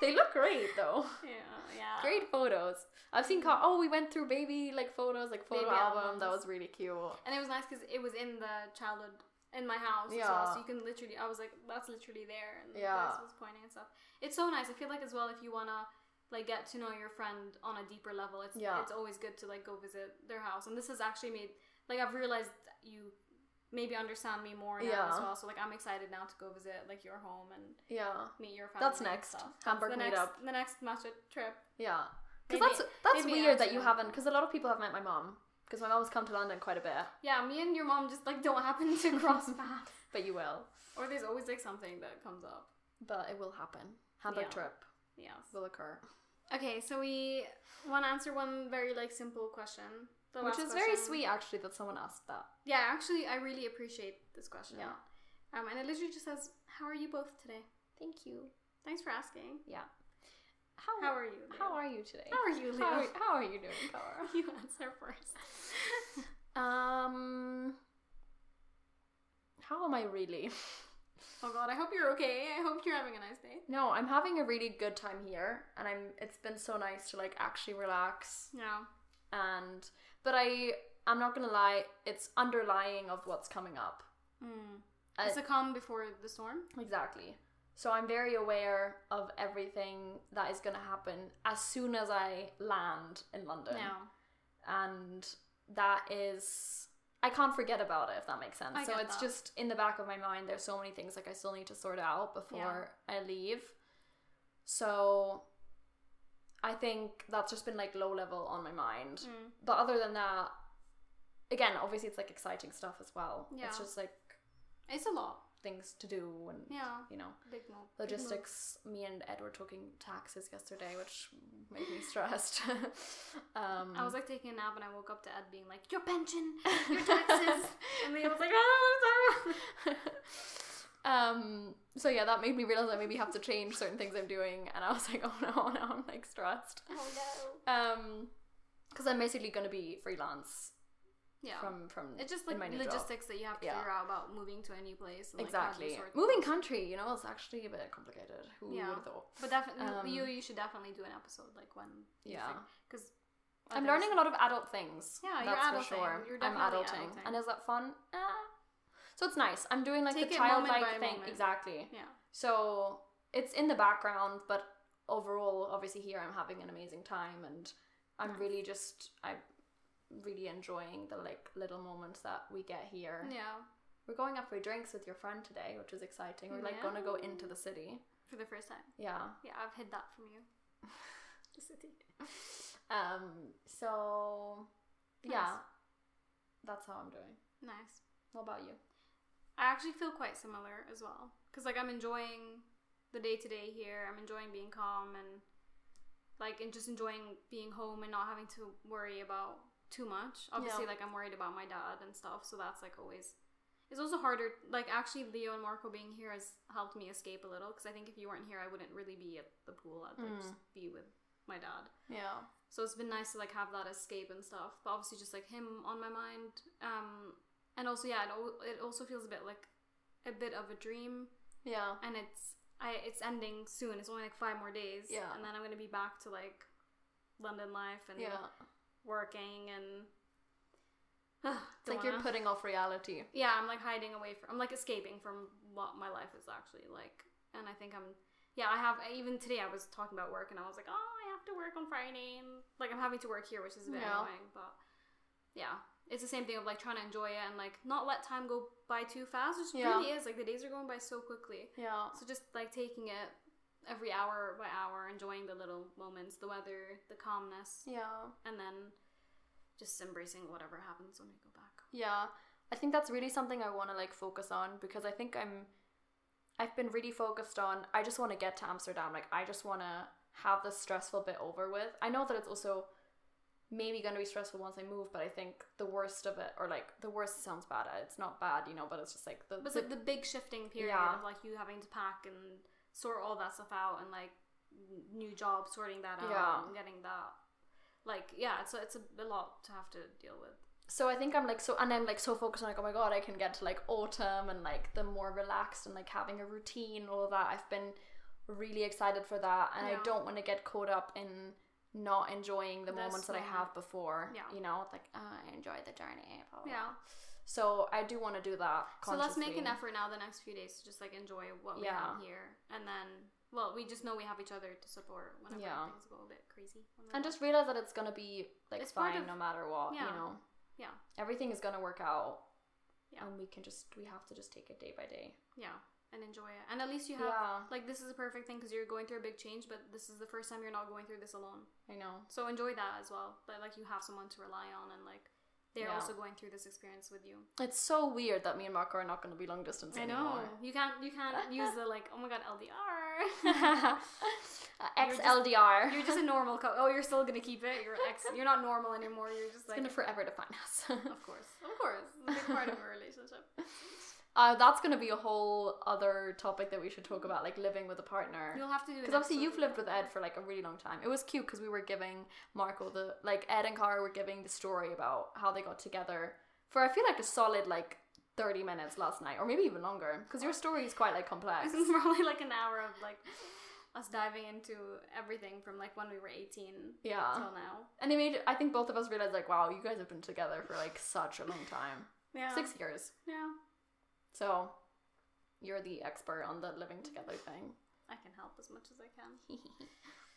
Speaker 1: They look great though.
Speaker 2: yeah yeah
Speaker 1: Great photos. I've seen. Car- oh, we went through baby like photos, like photo
Speaker 2: Baby
Speaker 1: album. That
Speaker 2: albums.
Speaker 1: was really cute.
Speaker 2: and it was nice because it was in the childhood in my house as well
Speaker 1: Yeah.
Speaker 2: so you can literally i was like that's literally there and
Speaker 1: Yeah.
Speaker 2: yeah was pointing and stuff it's so nice i feel like as well if you want to like get to know your friend on a deeper level it's
Speaker 1: Yeah.
Speaker 2: it's always good to like go visit their house and this has actually made like i've realized you maybe understand me more now
Speaker 1: Yeah.
Speaker 2: as well so like i'm excited now to go visit like your home and
Speaker 1: Yeah,
Speaker 2: meet your family
Speaker 1: That's
Speaker 2: and
Speaker 1: next.
Speaker 2: stuff. That's
Speaker 1: Hamburg
Speaker 2: the next,
Speaker 1: meetup.
Speaker 2: the next matcha trip
Speaker 1: yeah. Because
Speaker 2: Maybe-
Speaker 1: that's that's
Speaker 2: maybe
Speaker 1: weird that you
Speaker 2: Amsterdam.
Speaker 1: haven't. Because a lot of people have met my mom. Because my mom's come to London quite a bit,
Speaker 2: yeah me and your mom just like don't happen to cross paths
Speaker 1: but you will.
Speaker 2: or there's always like something that comes up
Speaker 1: But it will happen. Hamburg
Speaker 2: Yeah.
Speaker 1: trip
Speaker 2: yes
Speaker 1: will occur,
Speaker 2: Okay, so we want to answer one very like simple question, the
Speaker 1: which
Speaker 2: last
Speaker 1: is very
Speaker 2: question.
Speaker 1: sweet actually that someone asked that.
Speaker 2: Yeah, actually, I really appreciate this question.
Speaker 1: Yeah.
Speaker 2: Um, and it literally just says, "How are you both today?
Speaker 1: Thank you.
Speaker 2: Thanks for asking.
Speaker 1: Yeah. How
Speaker 2: How are you?
Speaker 1: How
Speaker 2: Leo?
Speaker 1: are you today?
Speaker 2: How are you, Leo?
Speaker 1: How are, how are you doing, Cara?
Speaker 2: you answer first?
Speaker 1: Um, how am I really?
Speaker 2: oh God, I hope you're okay. I hope you're having a nice day.
Speaker 1: No, I'm having a really good time here, and I'm. It's been so nice to like actually relax,
Speaker 2: Yeah.
Speaker 1: and but I, I'm not gonna lie, it's underlying of what's coming up.
Speaker 2: Mm.
Speaker 1: I-
Speaker 2: it's a calm before the storm.
Speaker 1: Exactly. So I'm very aware of everything that is gonna happen as soon as I land in London.
Speaker 2: No.
Speaker 1: and that is I can't forget about it if that makes sense.
Speaker 2: I
Speaker 1: so
Speaker 2: get
Speaker 1: it's
Speaker 2: that.
Speaker 1: just in the back of my mind there's so many things like I still need to sort out before I leave. So I think that's just been like low level on my mind.
Speaker 2: Mm.
Speaker 1: But other than that again, obviously it's like exciting stuff as well.
Speaker 2: Yeah.
Speaker 1: It's just like
Speaker 2: It's a lot.
Speaker 1: things to do and
Speaker 2: Yeah.
Speaker 1: you know
Speaker 2: Big move. big move.
Speaker 1: logistics me and ed were talking taxes yesterday which made me stressed um
Speaker 2: I was like taking a nap and I woke up to Ed being like, "Your pension, Oh, your taxes," and Leo was like, "Oh,
Speaker 1: um so yeah that made me realize i maybe have to change certain things i'm doing and i was like oh no now i'm like stressed
Speaker 2: no." "Oh,
Speaker 1: um because i'm basically going to be freelance
Speaker 2: Yeah.
Speaker 1: from from
Speaker 2: It's just
Speaker 1: in
Speaker 2: like
Speaker 1: my new job.
Speaker 2: logistics that you have to
Speaker 1: Yeah.
Speaker 2: figure out about moving to a new place. And, like, how do you
Speaker 1: exactly
Speaker 2: sort
Speaker 1: moving
Speaker 2: things.
Speaker 1: country you know it's actually a bit complicated who
Speaker 2: Yeah.
Speaker 1: would have thought
Speaker 2: But definitely,
Speaker 1: Um,
Speaker 2: you you should definitely do an episode like when.
Speaker 1: Yeah.
Speaker 2: Because
Speaker 1: i'm learning a lot of adult things
Speaker 2: Yeah, you're
Speaker 1: that's for
Speaker 2: adulting.
Speaker 1: sure
Speaker 2: You're
Speaker 1: i'm
Speaker 2: definitely
Speaker 1: adulting.
Speaker 2: adulting.
Speaker 1: and is that fun Eh. so it's nice i'm doing like
Speaker 2: Take
Speaker 1: the
Speaker 2: it moment
Speaker 1: childlike
Speaker 2: by
Speaker 1: thing
Speaker 2: moment.
Speaker 1: exactly
Speaker 2: Yeah.
Speaker 1: So it's in the background, but overall, obviously here I'm having an amazing time, and I'm
Speaker 2: Nice.
Speaker 1: really just I'm really enjoying the like little moments that we get here.
Speaker 2: Yeah.
Speaker 1: We're going out for drinks with your friend today, which is exciting. We're like going to go into the city.
Speaker 2: For the first time.
Speaker 1: Yeah.
Speaker 2: Yeah, I've hid that from you. the city.
Speaker 1: Um. So yeah,
Speaker 2: Nice.
Speaker 1: that's how I'm doing.
Speaker 2: Nice.
Speaker 1: What about you?
Speaker 2: I actually feel quite similar as well. Because, like, I'm enjoying the day to day here. I'm enjoying being calm and, like, and just enjoying being home and not having to worry about too much. Obviously,
Speaker 1: Yeah.
Speaker 2: like, I'm worried about my dad and stuff. So that's, like, always. It's also harder. Like, actually, Leo and Marco being here has helped me escape a little. Because I think if you weren't here, I wouldn't really be at the pool. I'd like,
Speaker 1: Mm.
Speaker 2: just be with my dad.
Speaker 1: Yeah.
Speaker 2: So it's been nice to like have that escape and stuff. But obviously, just like him on my mind. Um, and also, yeah, it, al- it also feels a bit like a bit of a dream,
Speaker 1: Yeah.
Speaker 2: and it's I it's ending soon. It's only like five more days.
Speaker 1: Yeah.
Speaker 2: and then I'm gonna be back to like London life and
Speaker 1: Yeah.
Speaker 2: working and.
Speaker 1: It's like you're putting off reality.
Speaker 2: yeah i'm like hiding away from i'm like escaping from what my life is actually like and i think i'm yeah i have even today i was talking about work and i was like oh i have to work on friday and like i'm having to work here which is a bit
Speaker 1: Yeah.
Speaker 2: annoying but yeah it's the same thing of like trying to enjoy it and like not let time go by too fast which
Speaker 1: Yeah.
Speaker 2: really is like the days are going by so quickly
Speaker 1: Yeah.
Speaker 2: so just like taking it every hour by hour enjoying the little moments the weather the calmness
Speaker 1: Yeah.
Speaker 2: and then just embracing whatever happens when we go back
Speaker 1: Yeah. I think that's really something I want to like focus on because I think I'm I've been really focused on I just want to get to Amsterdam. Like I just want to have this stressful bit over with. I know that it's also maybe going to be stressful once I move, but I think the worst of it or like the worst sounds bad. It's not bad, you know, but it's just like the,
Speaker 2: But it's
Speaker 1: the-
Speaker 2: like the big shifting period
Speaker 1: Yeah.
Speaker 2: of like you having to pack and sort all that stuff out and like n- new job sorting that out
Speaker 1: Yeah.
Speaker 2: and getting that like yeah it's a, it's a, a lot to have to deal with
Speaker 1: so I think I'm like so and I'm like so focused on like oh my god I can get to like autumn and like the more relaxed and like having a routine all of that I've been really excited for that and
Speaker 2: Yeah.
Speaker 1: I don't want to get caught up in not enjoying the
Speaker 2: This
Speaker 1: moments that I
Speaker 2: moment.
Speaker 1: have before
Speaker 2: Yeah.
Speaker 1: you know like oh, I enjoy the journey blah, blah, blah.
Speaker 2: yeah
Speaker 1: so I do want to do that
Speaker 2: so let's make an
Speaker 1: consciously.
Speaker 2: effort now the next few days to just like enjoy what we
Speaker 1: Yeah.
Speaker 2: have here and then well we just know we have each other to support whenever
Speaker 1: Yeah.
Speaker 2: things go a bit crazy on the
Speaker 1: and
Speaker 2: go.
Speaker 1: just realize that it's gonna be like
Speaker 2: It's part
Speaker 1: fine
Speaker 2: of-
Speaker 1: no matter what
Speaker 2: yeah.
Speaker 1: you know
Speaker 2: yeah
Speaker 1: everything is gonna work out
Speaker 2: Yeah.
Speaker 1: and we can just we have to just take it day by day
Speaker 2: yeah and enjoy it and at least you have
Speaker 1: Yeah.
Speaker 2: like this is a perfect thing because you're going through a big change but this is the first time you're not going through this alone
Speaker 1: I know
Speaker 2: So enjoy that as well. That like you have someone to rely on and like they're
Speaker 1: Yeah.
Speaker 2: also going through this experience with you.
Speaker 1: It's so weird that me and Marco are not going to be long distance anymore.
Speaker 2: You can't you can't use the like, oh my god, LDR.
Speaker 1: uh, XLDR.
Speaker 2: you're just a normal co- oh, you're still gonna keep it. You're ex you're not normal anymore. You're just
Speaker 1: it's
Speaker 2: like
Speaker 1: going to forever define us.
Speaker 2: Of course. Of course. It's a big part of a relationship.
Speaker 1: uh, that's going to be a whole other topic that we should talk about, like living with a partner.
Speaker 2: You'll have to do an
Speaker 1: Because obviously
Speaker 2: episode
Speaker 1: you've
Speaker 2: with
Speaker 1: lived
Speaker 2: that.
Speaker 1: with Ed for like a really long time. It was cute because we were giving Marco the like Ed and Cara were giving the story about how they got together for I feel like a solid like thirty minutes last night or maybe even longer because your story is quite like complex.
Speaker 2: This is probably like an hour of like us diving into everything from like when we were eighteen
Speaker 1: Yeah,
Speaker 2: till now.
Speaker 1: and it made I think both of us realize like wow you guys have been together for like such a long time.
Speaker 2: Yeah.
Speaker 1: six years.
Speaker 2: Yeah.
Speaker 1: So you're the expert on the living together thing.
Speaker 2: I can help as much as I can.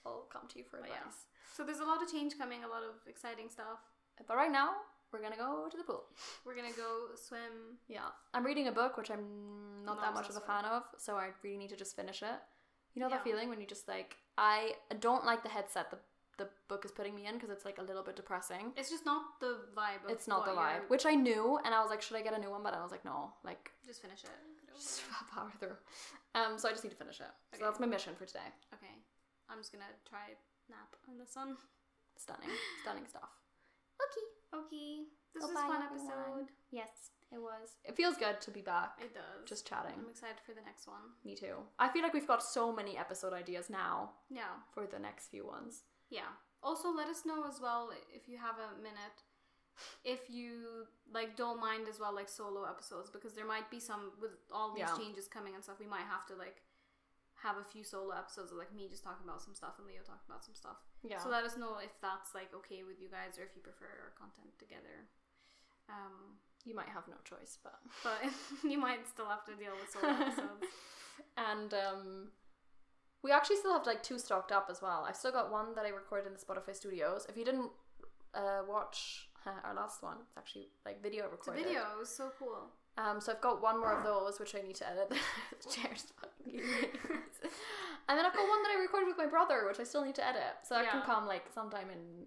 Speaker 1: I'll come to you for
Speaker 2: But
Speaker 1: advice.
Speaker 2: Oh, yeah. So there's a lot of change coming, a lot of exciting stuff.
Speaker 1: But right now, we're gonna go to the pool.
Speaker 2: We're gonna go swim.
Speaker 1: Yeah, I'm reading a book which I'm not
Speaker 2: Not
Speaker 1: that much of a
Speaker 2: obsessed with.
Speaker 1: fan of, so I really need to just finish it. You know that
Speaker 2: Yeah.
Speaker 1: feeling when you just like I don't like the headset the the book is putting me in because it's like a little bit depressing.
Speaker 2: It's just not the vibe. Of
Speaker 1: It's not the
Speaker 2: what you're-
Speaker 1: vibe, which I knew, and I was like, should I get a new one? But I was like, no, like
Speaker 2: Just finish it.
Speaker 1: just power through. Um, so I just need to finish it.
Speaker 2: Okay.
Speaker 1: So that's my mission for today.
Speaker 2: Okay, I'm just gonna try nap on this one.
Speaker 1: Stunning, stunning stuff.
Speaker 2: Okay. Okay. This was a
Speaker 1: Bye-bye,
Speaker 2: fun
Speaker 1: everyone.
Speaker 2: episode.
Speaker 1: Yes, it was. It feels good to be back.
Speaker 2: It does.
Speaker 1: Just chatting.
Speaker 2: I'm excited for the next one.
Speaker 1: Me too. I feel like we've got so many episode ideas now
Speaker 2: Yeah.
Speaker 1: for the next few ones.
Speaker 2: Yeah. Also, let us know as well if you have a minute. If you like, don't mind as well like solo episodes because there might be some with all these
Speaker 1: Yeah.
Speaker 2: changes coming and stuff. We might have to like have a few solo episodes of like me just talking about some stuff and Leo talking about some stuff.
Speaker 1: Yeah.
Speaker 2: So let us know if that's like okay with you guys or if you prefer our content together. Um,
Speaker 1: you might have no choice, but.
Speaker 2: but you might still have to deal with solo episodes.
Speaker 1: and um, we actually still have like two stocked up as well. I've still got one that I recorded in the Spotify studios. If you didn't uh, watch our last one, it's actually like video
Speaker 2: It's a
Speaker 1: recorded.
Speaker 2: video. It was so cool.
Speaker 1: Um, so I've got one more of those, which I need to edit. the chairs fucking giving me ears. And then I've got one that I recorded with my brother, which I still need to edit. So that can
Speaker 2: Yeah.
Speaker 1: come like sometime in.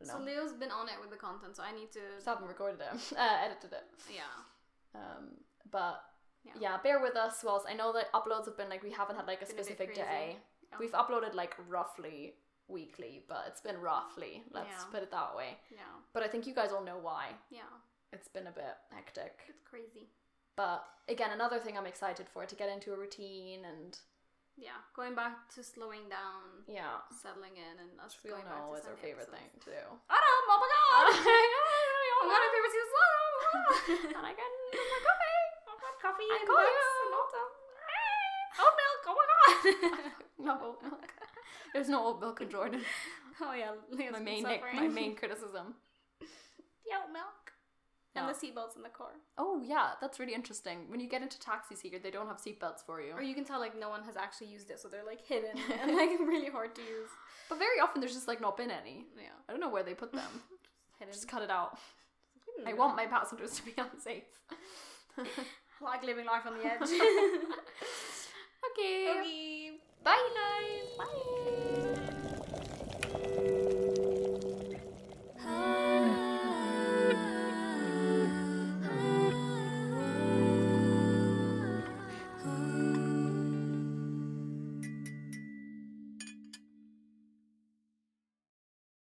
Speaker 1: I
Speaker 2: So
Speaker 1: don't know.
Speaker 2: Leo's been on it with the content, so I need to.
Speaker 1: just haven't recorded it, uh, edited it.
Speaker 2: Yeah.
Speaker 1: Um, but
Speaker 2: Yeah.
Speaker 1: yeah. bear with us. Whilst I know that uploads have been like we haven't had like a
Speaker 2: Been a bit
Speaker 1: specific
Speaker 2: crazy.
Speaker 1: day.
Speaker 2: Yeah.
Speaker 1: We've uploaded like roughly weekly, but it's been roughly. Let's
Speaker 2: Yeah.
Speaker 1: put it that way.
Speaker 2: Yeah.
Speaker 1: But I think you guys all know why.
Speaker 2: Yeah.
Speaker 1: It's been a bit hectic.
Speaker 2: It's crazy.
Speaker 1: But again, another thing I'm excited for to get into a routine and
Speaker 2: yeah, going back to slowing down,
Speaker 1: Yeah.
Speaker 2: settling in, and us
Speaker 1: Which we all
Speaker 2: going back
Speaker 1: know
Speaker 2: to
Speaker 1: is our
Speaker 2: Sunday
Speaker 1: favorite
Speaker 2: episodes.
Speaker 1: thing to do.
Speaker 2: I don't. Oh my god! oh my god! My favorite season.
Speaker 1: and I get
Speaker 2: my coffee. I want coffee
Speaker 1: I
Speaker 2: and
Speaker 1: call
Speaker 2: books
Speaker 1: you.
Speaker 2: and all that. Oat milk. Oh my god!
Speaker 1: no oat milk. There's no oat milk in Jordan.
Speaker 2: oh yeah, Leo's
Speaker 1: my
Speaker 2: been
Speaker 1: main nick, my
Speaker 2: suffering.
Speaker 1: main criticism.
Speaker 2: the oat milk and
Speaker 1: Yeah.
Speaker 2: the seatbelts in the car.
Speaker 1: Oh yeah, that's really interesting. When you get into Taxi Seeker, they don't have seatbelts for you.
Speaker 2: Or you can tell like no one has actually used it, so they're like hidden and like really hard to use.
Speaker 1: But very often there's just like not been any.
Speaker 2: Yeah,
Speaker 1: I don't know where they put them.
Speaker 2: hidden.
Speaker 1: just cut it out.
Speaker 2: Hmm.
Speaker 1: I want my passengers to be unsafe.
Speaker 2: like living life on the edge.
Speaker 1: okay.
Speaker 2: okay.
Speaker 1: Bye guys. Bye.